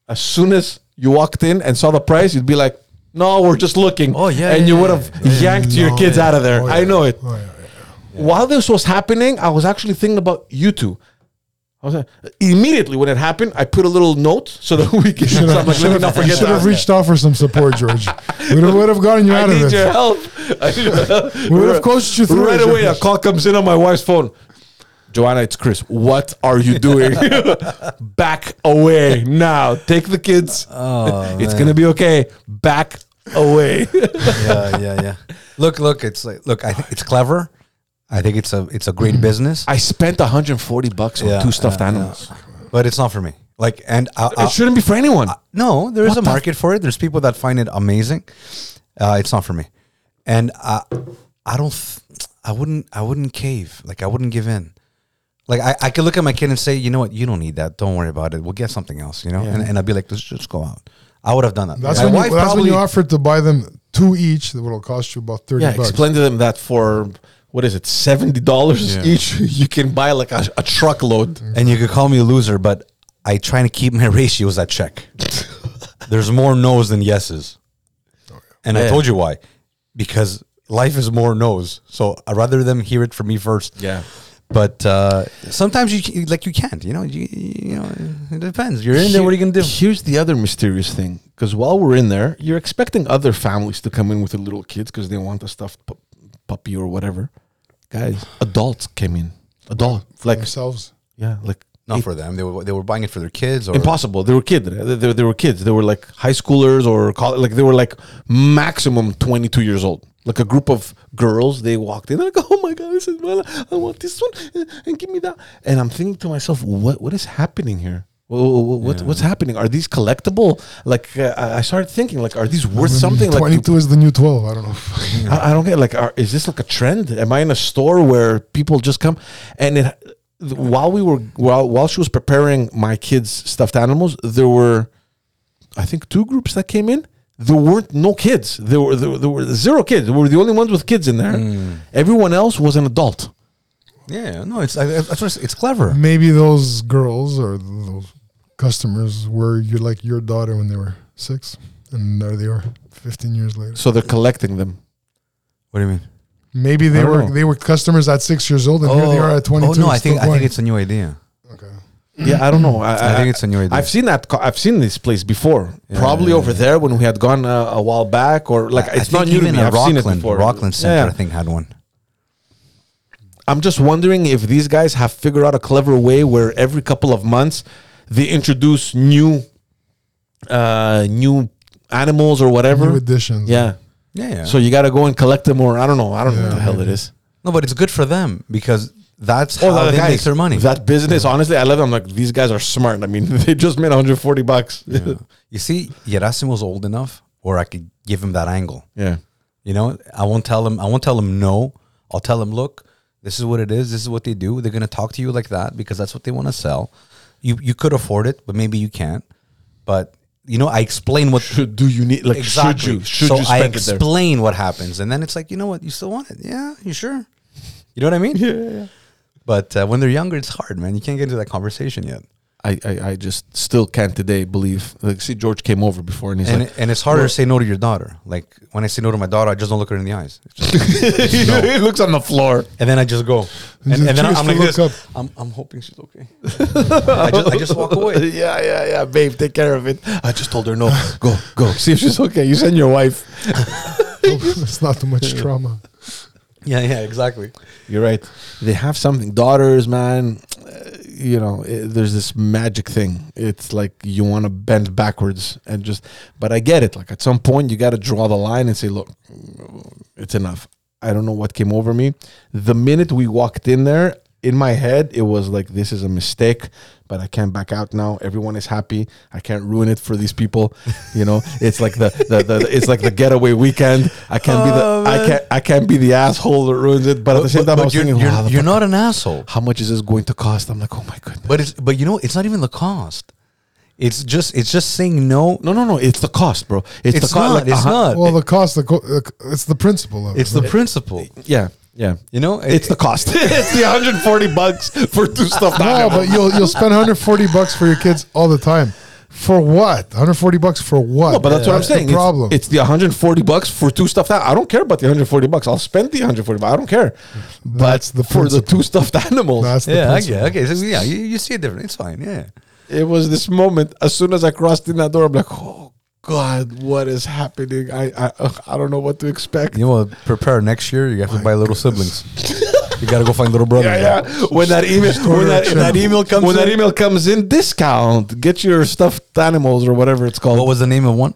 S1: as soon as you walked in and saw the price, you'd be like. No, we're just looking.
S2: Oh, yeah,
S1: and
S2: yeah,
S1: you
S2: yeah,
S1: would have yanked your
S3: No,
S1: kids
S3: yeah.
S1: out of there.
S3: Oh,
S1: I
S3: yeah.
S1: know it.
S3: Oh, yeah, yeah.
S1: While this was happening, I was actually thinking about you two. I was like, immediately when it happened, I put a little note so that we can. so
S3: Should
S1: I'm
S3: have,
S1: like, let me not forget
S3: should have
S1: that.
S3: reached out for some support, George. we would have gotten you
S1: I
S3: out of
S1: need your
S3: it.
S1: help. I need your help.
S3: We would have coached you through
S1: right
S3: it,
S1: away. A
S3: George.
S1: call comes in on my wife's phone. Joanna, it's Chris. What are you doing? Back away now. Take the kids.
S3: Oh,
S1: it's gonna be okay. Back away.
S2: yeah, yeah, yeah. Look, look, it's like look. I think it's clever. I think it's a it's a great business,
S1: I spent 140 bucks on
S2: Yeah,
S1: two stuffed
S2: yeah, yeah.
S1: animals.
S2: but it's not for me. Like, and I, I,
S3: Uh,
S1: It shouldn't be for anyone.
S2: No, there is a market for it. There's people that find it amazing. Uh, it's not for me, and I, I don't, th- I wouldn't, I wouldn't cave. Like I wouldn't give in. Like I, I could look at my kid and say, you know what, you don't need that. Don't worry about it. We'll get something else. You know, and, and I'd be like, let's just go out. I would have done that.
S3: That's,
S2: My
S3: when you,
S2: wife
S3: that's when
S2: probably-
S3: you offered to buy them two each. That will cost you about thirty
S1: Yeah,
S3: bucks.
S1: explain to them that for what is it, seventy dollars each, you can buy like a, a truckload.
S2: and you could call me a loser, but I try to keep my ratios at check. There's more no's than yeses, and I
S1: Yeah.
S2: told you why, because life is more no's. So I rather them hear it from me first. But uh, sometimes you c- like you can't. You know, you, you know, it depends. You're in there. What are you gonna do?
S1: Here's the other mysterious thing, because while we're in there, you're expecting other families to come in with their little kids because they want a stuffed pu- puppy or whatever. Guys, adults came in, adult like
S3: themselves.
S1: yeah, like
S2: Not for them. They were they were buying it for their kids or
S1: Impossible. They were kids. They, they- they were kids. They were like high schoolers or college, like they were like maximum 22 years old. Like a group of girls, they walked in like, oh my god, this is my life. I want this one eh, and give me that. And I'm thinking to myself, what what is happening here? Wha- wha- wha- What, What's happening? Are these collectible? Like uh, I I started thinking, like, are these worth something? Like, do-
S3: 22 is the new 12. I don't know.
S1: I, I don't get like, are, is this like a trend? Am I in a store where people just come? And it, while we were while while she was preparing my kids' stuffed animals, there were, I think, two groups that came in. There weren't no kids. There were there, were- there were zero kids. We were the only ones with kids in there.
S2: Hmm.
S1: Everyone else was an adult.
S2: Yeah, no, it's I, I- that's what it's, it's clever.
S3: Maybe those girls or those customers were you like your daughter when they were six, and there they are 15 years later.
S1: So they're collecting them.
S2: What do you mean?
S3: Maybe
S1: I
S3: they
S1: don't
S3: were
S1: know.
S3: they were customers at six years old, and here they are at 22.
S2: Oh no, I think
S3: still
S2: I think
S3: going.
S2: it's a new idea.
S3: okay.
S1: Yeah, I don't know. I,
S2: I think it's a new idea.
S1: Uh, I've seen that. co- I've seen this place before. Probably over there when we had gone uh, a while back, or like
S2: I
S1: it's
S2: think
S1: not new to
S2: even
S1: me.
S2: a
S1: I've seen
S2: Rockland,
S1: it before.
S2: Rockland Center,
S1: Yeah.
S2: I think, had one.
S1: I'm just wondering if these guys have figured out a clever way where every couple of months they introduce new uh new animals or whatever.
S3: New additions.
S1: yeah.
S2: Yeah, yeah.
S1: So you got to go and collect them or I don't know, I don't know what the hell it is.
S2: no, but it's good for them because that's
S1: Oh,
S2: how
S1: that
S2: they
S1: guys,
S2: make their money.
S1: That business, honestly, I love them. Like these guys are smart. I mean, they just made 140 bucks. Yeah.
S2: you see, Yerasim was old enough where I could give him that angle. You know, I won't tell him. I won't tell him no. I'll tell him, look, this is what it is. This is what they do. They're gonna talk to you like that because that's what they want to sell. You you could afford it, but maybe you can't. But you know, I explain what
S1: Should do you need like should you should
S2: so
S1: you
S2: I
S1: spend it there?
S2: explain what happens, and then it's like, you know what, you still want it? Yeah, you sure? You know what I mean? Yeah. But uh, when they're younger, it's hard, man. You can't get into that conversation yet,
S1: I, I I just still can't today believe. Like see George came over before and he's
S2: and
S1: like
S2: and it's harder to say no to your daughter. Like when I say no to my daughter, I just don't look her in the eyes, It's just-
S1: he looks on the floor.
S2: and then I just go, and,
S3: just
S2: and then
S3: choose
S2: I'm
S3: to
S2: like
S3: look
S2: this.
S3: up.
S2: I'm I'm hoping she's okay. I, just, I just walk away.
S1: yeah, yeah, yeah, babe, take care of it. I just told her no. Go, go. See if she's okay. You send your wife.
S3: it's not too much trauma.
S2: Yeah, yeah, exactly.
S1: You're right. They have something. Daughters, man. uh, You know, i there's this magic thing. It's like you want to bend backwards and just. But I get it. Like at some point, you got to draw the line and say, "Look, it's enough." I don't know what came over me. The minute we walked in there, in my head, it was like, "This is a mistake," but I can't back out now. Everyone is happy. I can't ruin it for these people. You know, it's like the, the, the it's like the getaway weekend. I can't be the
S2: Oh,
S1: I
S2: man.
S1: can't I can't be the asshole that ruins it. But at the same time, I was
S2: you're,
S1: thinking,
S2: you're,
S1: wow, the
S2: you're
S1: fuck-
S2: not an asshole.
S1: how much is this going to cost? I'm like, oh my goodness.
S2: But it's but you know it's not even the cost. It's just it's just saying no.
S1: No, no, no. It's the cost, bro. It's,
S2: It's
S1: the cost.
S2: not.
S1: like,
S2: it's
S1: uh-huh.
S2: not.
S3: Well, the cost, the co- the c- it's the principle of
S2: Uh, it's
S3: it.
S2: the principle.
S1: Yeah, yeah.
S2: You know,
S1: It's the cost. it's the 140 bucks for two stuff.
S3: no, but you'll you'll spend 140 bucks for your kids all the time. For what? 140 bucks for what?
S1: No, but that's what I'm
S3: the
S1: saying. It's-
S3: problem.
S1: It's, the 140 bucks for two stuffed animals. I don't care about the 140 bucks. I'll spend the 140. Bucks. I don't care. But
S3: That's the
S1: for the
S3: principle.
S1: two stuffed animals,
S3: that's the
S2: yeah,
S3: principle.
S2: okay, okay. So, yeah, you, you see it different. It's fine. Yeah,
S1: it was this moment. As soon as I crossed in that door, I'm like, oh god, what is happening? I I, ugh, I don't know what to expect.
S2: you know, prepare next year. You have to buy little siblings. you gotta go find little brother.
S1: Yeah, yeah. When that email, when that,
S3: Storage.
S1: that email comes, when
S2: When
S1: that
S2: that
S1: email comes in, discount. Get your stuffed animals or whatever it's
S2: What
S1: called.
S2: was the name of one?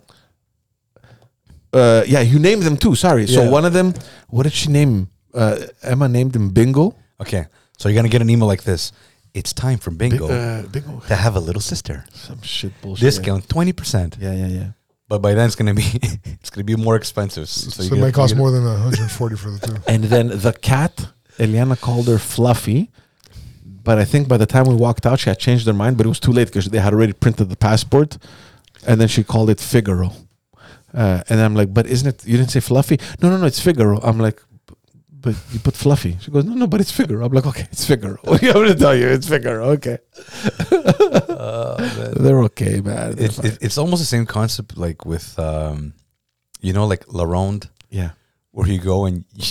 S1: Uh, yeah, you named them too. Sorry. So
S2: Yeah.
S1: one of them, what did she name? him? Uh, Emma named him Bingo.
S2: Okay, so you're gonna get an email like this. It's time for
S1: Uh,
S2: Bingo
S1: Bingo.
S2: to have a little sister.
S1: Some shit bullshit.
S2: Discount twenty percent.
S1: Yeah, yeah, yeah.
S2: But by then it's gonna be it's gonna be more expensive. So,
S3: So it might cost more than 140 for the two.
S1: And then the cat, Eliana called her Fluffy. But I think by the time we walked out, she had changed her mind. But it was too late because they had already printed the passport, and then she called it Figaro. Uh, and I'm like, "But isn't it? You didn't say Fluffy? No, no, no, it's Figaro." I'm like, "B- "But you put Fluffy." She goes, "No, no, but it's Figaro." I'm like, "Okay, it's Figaro. What do you want me to tell you? It's Figaro. Okay, they're okay, man. They're
S2: It's
S1: fine.
S2: Oh, it, it's almost the same concept like with um, you know, like La Ronde,
S1: yeah,
S2: where you go and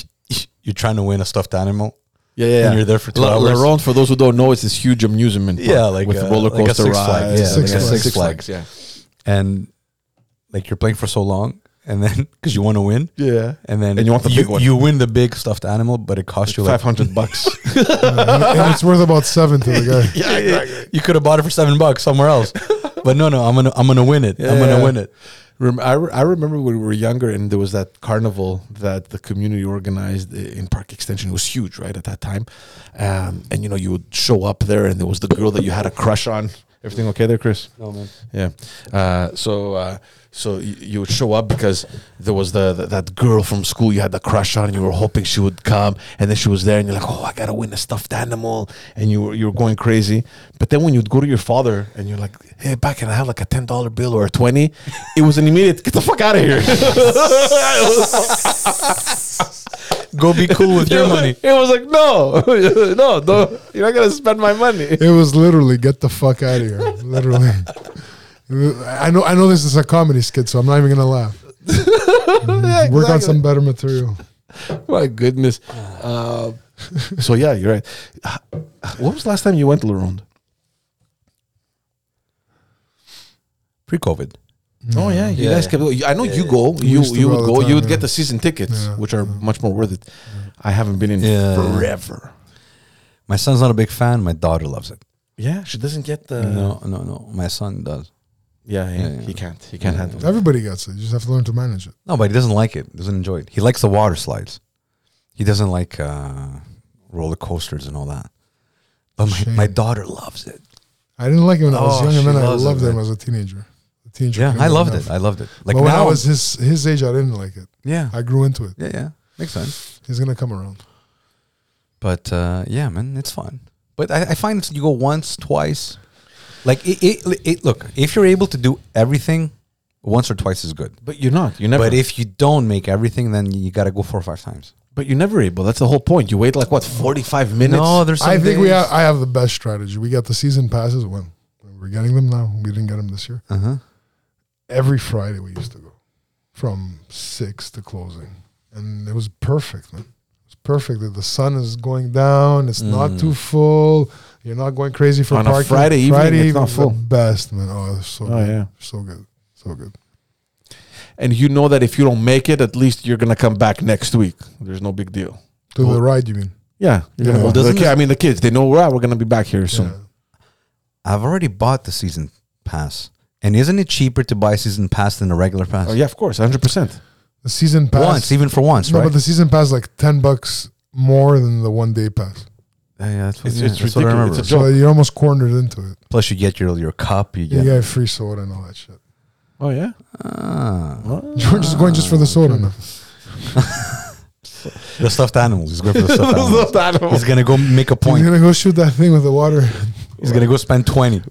S2: you're trying to win a stuffed animal.
S1: yeah, yeah.
S2: And you're there for two
S1: La, La
S2: hours.
S1: Ronde, for those who don't know, it's this huge amusement park
S2: Yeah, like
S1: with
S2: a-
S1: roller
S2: like a
S1: coaster
S2: Six Flags.
S1: rides,
S2: Yeah,
S1: like
S3: Six
S1: a
S3: Flags.
S1: Six Flags, yeah.
S2: and like you're playing for so long and then because you want to win,
S1: Yeah.
S2: and then
S1: And you want the
S2: you,
S1: big one.
S2: you win the big stuffed animal, but it costs you like
S1: Five hundred bucks.
S3: and it's worth about seven to the guy.
S1: yeah, exactly.
S2: you could have bought it for seven bucks somewhere else. but no, no, I'm gonna I'm gonna win it. I'm
S1: Yeah.
S2: gonna win it.
S1: Rem- I, re- I remember when we were younger and there was that carnival that the community organized i- in Park Extension. It was huge, right, at that time. Um, and, you know, you would show up there and there was the girl that you had a crush on. Everything okay there, Chris?
S2: No man.
S1: Yeah. Uh, so uh, so you, you would show up because there was the, the that girl from school you had the crush on. You were hoping she would come, and then she was there, and you're like, oh, I gotta win a stuffed animal, and you were you were going crazy. But then when you'd go to your father and you're like, hey, back and I have like a ten dollar bill or a twenty, it was an immediate get the fuck out of here.
S2: Go be cool with your money.
S1: It was like no, no, no, you're not gonna spend my money.
S3: It was literally get the fuck out of here. Literally. I know I know this is a comedy skit, so I'm not even gonna laugh. Work on
S1: exactly.
S3: some better material.
S1: My goodness. Uh, so yeah, you're right. Uh, What was the last time you went to Laronde?
S2: Pre COVID.
S1: Oh yeah, you
S2: Yeah,
S1: guys
S2: yeah.
S1: kept. I know you
S2: yeah.
S1: go.
S3: We
S1: You
S3: used to
S1: you
S3: go
S1: would
S3: all the
S1: go.
S3: time,
S1: you would
S3: yeah.
S1: get the season tickets,
S3: Yeah,
S1: which are much more worth it. I haven't been in
S2: Yeah.
S1: forever.
S2: My son's not a big fan. My daughter loves it.
S1: Yeah, she doesn't get
S3: Uh.
S1: the.
S2: no, no, no. My son does.
S1: Yeah, yeah,
S2: Yeah, yeah.
S1: he can't. He can't
S2: Yeah.
S1: handle. it.
S3: Everybody gets it. You just have to learn to manage it.
S2: No, but he doesn't like it. Doesn't enjoy it. He likes the water slides. He doesn't like uh, roller coasters and all that. But my, my
S3: Shame.
S2: daughter loves it.
S3: I didn't like it when I was
S2: Oh,
S3: young, and
S2: she
S3: then I
S2: loves it,
S3: loved it, when I
S2: man.
S3: was a teenager. A teenager
S2: Yeah,
S3: couldn't
S2: I
S3: get
S2: loved
S3: enough.
S2: it. I loved it. Like
S3: but when
S2: now,
S3: I was his his age, I didn't like it.
S2: yeah,
S3: I grew into it.
S2: yeah, yeah. Makes sense.
S3: He's gonna come around.
S2: But uh, yeah, man, it's fun. But I, I find it's, you go once, twice. Like it, it, it, look, if you're able to do everything, once or twice is good.
S1: But you're not. You never.
S2: But if you don't make everything, then you got to go four or five times.
S1: but you're never able. That's the whole point. You wait like what, forty five minutes?
S2: there's.
S3: I think we ha- I have the best strategy. We got the season passes when we're getting them now. We didn't get them this year.
S2: Uh huh.
S3: Every Friday we used to go from six to closing, and it was perfect, man. It was perfect. The- The sun is going down. It's not too full. You're not going crazy for
S1: Mm. On a
S3: parking.
S1: Friday evening, it's not
S3: evening's
S1: full.
S3: The best, man. Oh, it's so
S1: Oh,
S3: good.
S1: yeah.
S3: so good, so good.
S1: and you know that if you don't make it, at least you're gonna come back next week. There's no big deal.
S3: To
S1: Cool.
S3: the ride, you mean?
S1: Yeah, you're gonna-
S3: Yeah. Well,
S1: the
S2: doesn't
S1: ki- I
S2: this-
S1: mean, the kids they know we're we're gonna be back here soon.
S3: Yeah.
S2: I've already bought the season pass, and isn't it cheaper to buy a season pass than a regular pass?
S1: Oh yeah, of course, hundred percent.
S3: The season pass.
S2: Once, even for once,
S3: no,
S2: right?
S3: but the season pass is like ten bucks more than the one day pass.
S2: yeah, yeah, that's what,
S1: It's-
S2: yeah,
S1: it's
S2: that's what I
S1: ridiculous.
S2: remember.
S1: It's a
S3: So you're almost cornered into it.
S2: Plus, you get your your cup. You
S3: You
S2: get.
S3: get free soda and all that shit.
S1: Oh yeah.
S2: Ah.
S3: We're just going just for the
S1: Mm.
S3: soda now.
S2: the stuffed animals. He's going for the stuffed animals.
S1: Stuffed animal.
S2: He's gonna go make a
S3: Point.
S2: point.
S3: You're gonna go shoot that thing with the water.
S2: He's gonna go spend twenty.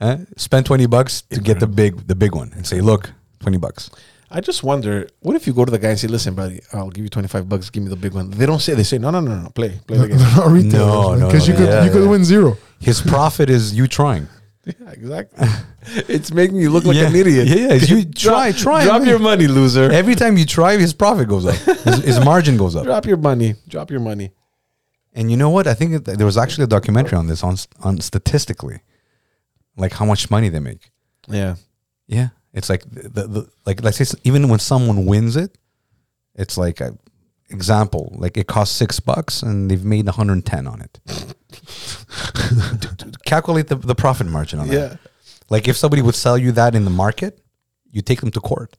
S2: Huh? Spend twenty bucks to get the big the big one and say, look, twenty bucks.
S1: I just wonder, what if you go to the guy and say, "Listen, buddy, I'll give you twenty five bucks. Give me the big one." They don't say. They say, "No, no, no, no, play, play the
S3: They're
S1: game."
S3: not retailers,
S2: No,
S3: man,
S2: no,
S3: you
S2: no,
S3: could
S2: yeah,
S3: you could
S2: yeah.
S3: win zero.
S2: His profit is you trying.
S1: yeah, exactly. It's making you look like
S2: Yeah.
S1: an idiot.
S2: Yeah, yeah. You try,
S1: drop,
S2: try,
S1: Drop
S2: man.
S1: your money, loser.
S2: Every time you try, his profit goes up. His, his margin goes up.
S1: drop your money. Drop your money.
S2: And you know what? I think that there was actually a documentary on this on on statistically, like how much money they make.
S1: Yeah.
S2: Yeah, it's like the, the, the like let's say s- even when someone wins it, it's like a example like it costs six bucks and they've made 110 on it. D- d- Calculate the, the profit margin on that.
S1: Yeah.
S2: Like if somebody would sell you that in the market, you take them to court.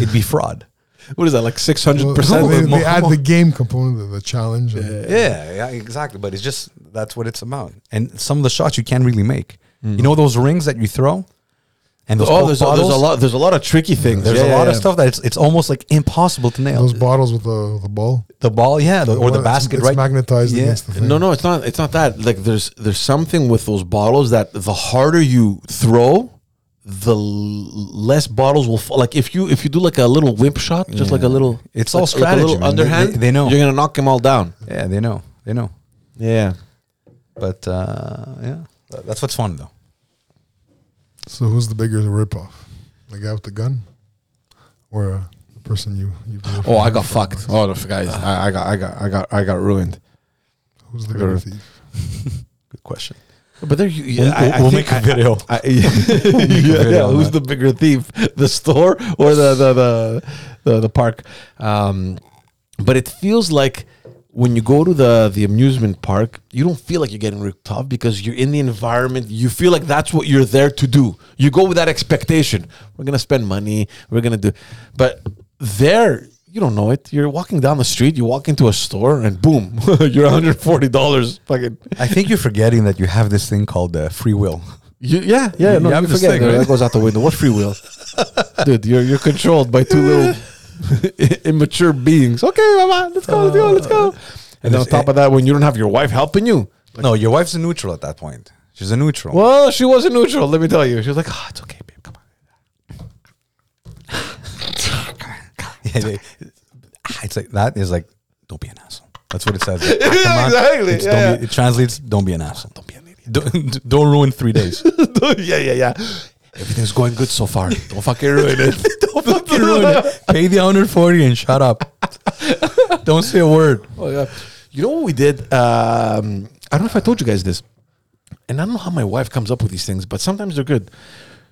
S2: It'd be fraud.
S1: What is that? Like six hundred
S3: Well, they,
S1: percent.
S3: they
S2: Mo-
S3: add
S2: mo-
S3: the game component of the challenge. and-
S2: Yeah, yeah, exactly. But it's just that's what it's about. And some of the shots you can't really make. You know those rings that you throw, and those
S1: Mm-hmm. Oh,
S2: Coke
S1: there's a, there's a
S2: bottles?
S1: lot. There's a lot of tricky things.
S2: There's
S1: Yeah,
S2: a lot
S1: yeah,
S2: of
S1: yeah.
S2: stuff that it's, it's almost like impossible to nail.
S3: Those bottles with the with the ball
S2: The ball, yeah, the, or the
S3: Well, it's-
S2: basket,
S3: it's
S2: right?
S3: Magnetized
S2: Yeah.
S3: against the thing.
S1: No, no, it's not. It's not that. Like there's there's something with those bottles that the harder you throw, the l- less bottles will fall. Like if you if you do like a little whip shot, just like a little,
S2: It's
S1: like,
S2: all
S1: Like
S2: strategy,
S1: a little
S2: man. They-
S1: underhand.
S2: they- they know.
S1: you're gonna knock them all down.
S2: yeah, they know, they know.
S1: Yeah.
S2: But uh, yeah, Th- that's what's fun though.
S3: So who's the bigger ripoff? The guy with the gun, or uh, the person you? you
S1: Oh, I got fucked. Oh, the guys, I, I got I got I got I got ruined.
S3: Who's the bigger
S1: Or-
S3: thief?
S2: Good question.
S1: But there, you,
S2: We'll-
S1: yeah, I, I
S2: we'll
S1: think
S2: make a
S1: I-
S2: video.
S1: I- yeah,
S2: video
S1: yeah,
S2: on
S1: who's the
S2: that.
S1: bigger thief, the store or the the the the, the park? Um, but it feels like when you go to the the amusement park, you don't feel like you're getting ripped off because you're in the environment. You feel like that's what you're there to do. You go with that expectation. We're gonna spend money. We're gonna do. But there. You don't know it. You're walking down the street. You walk into a store, and boom, you're 140 dollars. Fucking
S2: I think you're forgetting that you have this thing called uh, free will.
S1: you, yeah, yeah,
S2: You
S1: no,
S2: have
S1: you
S2: this
S1: forget
S2: thing,
S1: that.
S2: right?
S1: that goes out the window. What free will, dude? You're you're controlled by two little immature beings. Okay, mama, let's go, let's go, let's go. Uh, And then on
S2: it's-
S1: top of that, when you don't have your wife helping you,
S2: no, your wife's a neutral at that point. She's a neutral.
S1: well, she wasn't neutral. Let me tell you, she was like, "Ah, it's okay, babe, come on."
S2: Yeah, they- ah, it's like that is like don't be an asshole. That's what it says. Like,
S1: Yeah,
S2: come on,
S1: exactly,
S2: it's
S1: yeah.
S2: don't be, it translates don't be an asshole. Don't be
S1: an idiot.
S2: Don't, don't ruin three days.
S1: yeah, yeah, yeah. Everything's going good so far. Don't fucking ruin it.
S2: don't fucking ruin it. Pay the 140 and shut up. don't say a word.
S1: Oh yeah. You know what we did? Um, I don't know if I told you guys this, and I don't know how my wife comes up with these things, but sometimes they're good.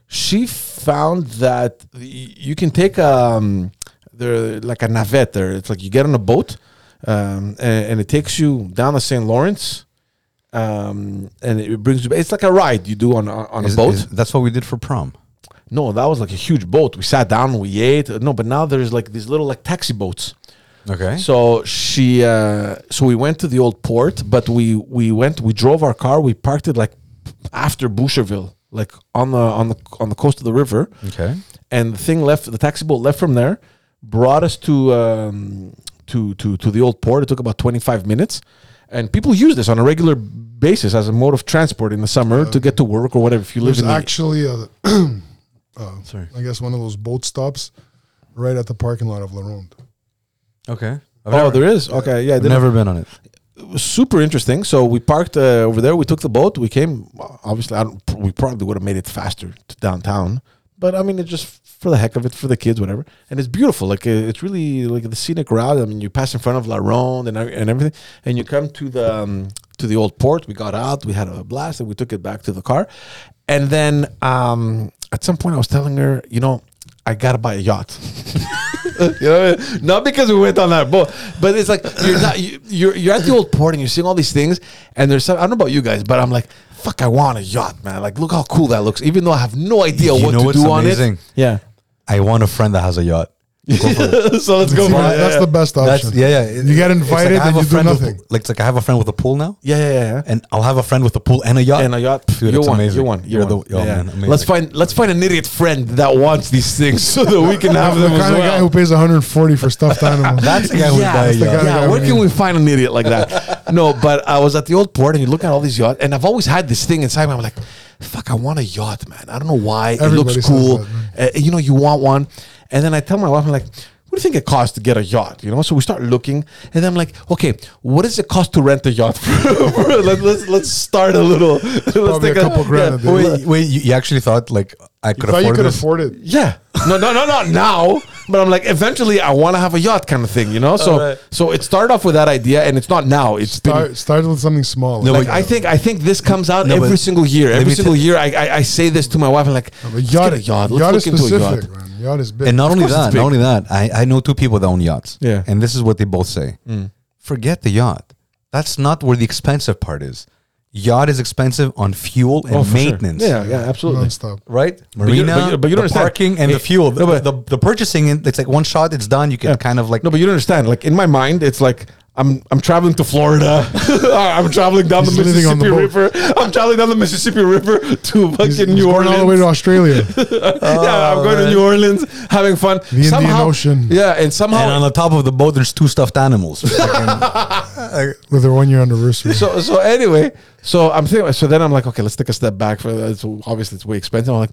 S1: She found that y- you can take um, there like a navette, or it's like you get on a boat, um, and, and it takes you down the St. Lawrence, um, and it brings you. It's like a ride you do on on on a
S2: Is-
S1: boat.
S2: is- that's what we did for prom.
S1: No, that was like a huge boat. We sat down, we ate. No, but now there's like these little like taxi boats.
S2: Okay.
S1: So she, uh, so we went to the old port, but we we went, we drove our car, we parked it like after Boucherville, like on the on the on the coast of the river.
S2: Okay.
S1: And the thing left, the taxi boat left from there, brought us to um, to to to the old port. It took about twenty five minutes, and people use this on a regular basis as a mode of transport in the summer to get to work or whatever. If you live
S3: There's
S1: in the-
S3: actually a,
S2: Oh,
S3: uh,
S1: Sorry.
S3: I guess one of those boat stops right at the parking lot of La Ronde.
S2: Okay. I've
S1: oh,
S2: never,
S1: there is okay, yeah, I
S2: I've
S1: didn't-
S2: never been on it.
S1: was super interesting. So we parked uh, over there. We took the boat. We came. Obviously, I don't, we probably would have made it faster to downtown. But I mean, it's just for the heck of it, for the kids, whatever. And it's beautiful. Like uh, it's really like the scenic route. I mean, you pass in front of La Ronde and, every- and everything, and you come to the um, to the old port. We got out. We had a blast, and we took it back to the car. And then um, at some point, I was telling her, you know, I gotta buy a yacht. you know what I mean? Not because we went on that boat, but it's like you're not you, you're you're at the old port and you're seeing all these things, and there's some, I don't know about you guys, but I'm like, fuck, I want a yacht, man. Like, look how cool that looks, even though I have no idea
S2: You
S1: what
S2: know
S1: to
S2: what's
S1: do on
S2: amazing?
S1: it. Yeah.
S2: I want a friend that has a yacht. Go for it.
S1: so let's go.
S3: See,
S1: for
S3: that-
S1: it.
S3: that's the best option.
S2: That's yeah, yeah. It-
S3: You get
S2: it's like
S3: invited
S2: I have
S3: and
S2: a
S3: you do
S2: friend with-
S3: nothing.
S2: like, it's like I have a friend with a pool now,
S1: yeah, yeah, yeah. yeah.
S2: and I'll have a friend with a pool and a yacht.
S1: And a yacht.
S2: Dude,
S1: you
S2: it's
S1: won.
S2: amazing.
S1: You won. You
S2: You're
S1: won.
S2: the- oh, man, amazing.
S1: let's find let's find an idiot friend that wants these things so that we can have
S3: the
S1: them
S3: kind
S1: as
S3: of guy
S1: well.
S3: who pays 140 for stuffed animals.
S2: That's the guy who would buy a
S1: that's the
S2: yacht.
S1: guy- yeah,
S3: Yeah,
S1: where
S3: I
S1: can
S3: mean-
S1: we find an idiot like that? no, but I was at the old port and you look at all these yachts, and I've always had this thing inside me. I'm like, fuck, I want a yacht, man. I don't know why.
S3: Everybody
S1: it looks
S3: says
S1: cool.
S3: that, man.
S1: Uh, you know, you want one. And then I tell my wife, I'm like, what do you think it costs to get a yacht? You know, so we start looking, and then I'm like, okay, what does it cost to rent a yacht? Let, us let's start a little. Let's
S3: Probably a couple grand a day.
S1: wait,
S2: Wait, wait. You, you actually thought like I
S3: you
S2: could
S3: thought
S2: afford
S3: you could
S2: this?
S3: afford it.
S1: Yeah. No, no, no, not now. But I'm like, eventually, I want to have a yacht, kind of thing, you know. So,
S2: Alright.
S1: so it started off with that idea, and it's not now. It's been
S3: Start, start with something small.
S2: No,
S1: like
S2: but-
S1: I think I think this comes out
S2: No,
S1: every
S2: but
S1: single year.
S2: let
S1: Every
S2: me
S1: single
S2: tell-
S1: year, I, I I say this to my wife. I'm like,
S3: But
S1: let's
S3: yacht,
S1: get a yacht. Let's
S3: yacht
S1: look
S3: is
S1: into
S3: specific,
S1: a yacht.
S3: man. Yacht is big.
S2: And not only
S1: course it's
S2: that,
S1: big.
S2: not only that. I I know two people that own yachts.
S1: Yeah. Mm.
S2: And this is what they both say. Forget the yacht. That's not where the expensive part is. Yacht is expensive on fuel and
S1: Oh, for sure.
S2: maintenance.
S1: Yeah, yeah, absolutely.
S3: nonstop.
S2: Right,
S1: you-
S2: marina,
S1: but you- but you don't
S2: the
S1: understand.
S2: parking and
S1: It-
S2: the fuel.
S1: no, but-
S2: the, the, the purchasing, it's like one shot, it's done. You can
S1: Yeah.
S2: kind of like
S1: No, but you don't understand. Like in my mind, it's like. I'm, I'm traveling to Florida. I'm traveling down
S3: He's
S1: the
S3: living
S1: Mississippi
S3: on the boat.
S1: River. I'm traveling down the Mississippi River to fucking
S3: He's, he's
S1: New
S3: going
S1: Orleans.
S3: all the way to Australia.
S1: yeah, I'm going to
S2: man.
S1: New Orleans, having fun.
S3: Indian Ocean.
S1: Yeah, and somehow
S2: And on the top of the boat, there's two stuffed animals.
S3: with their one year anniversary.
S1: so so anyway, so I'm thinking. So then I'm like, okay, let's take a step back. For that. So obviously, it's way expensive. I'm like,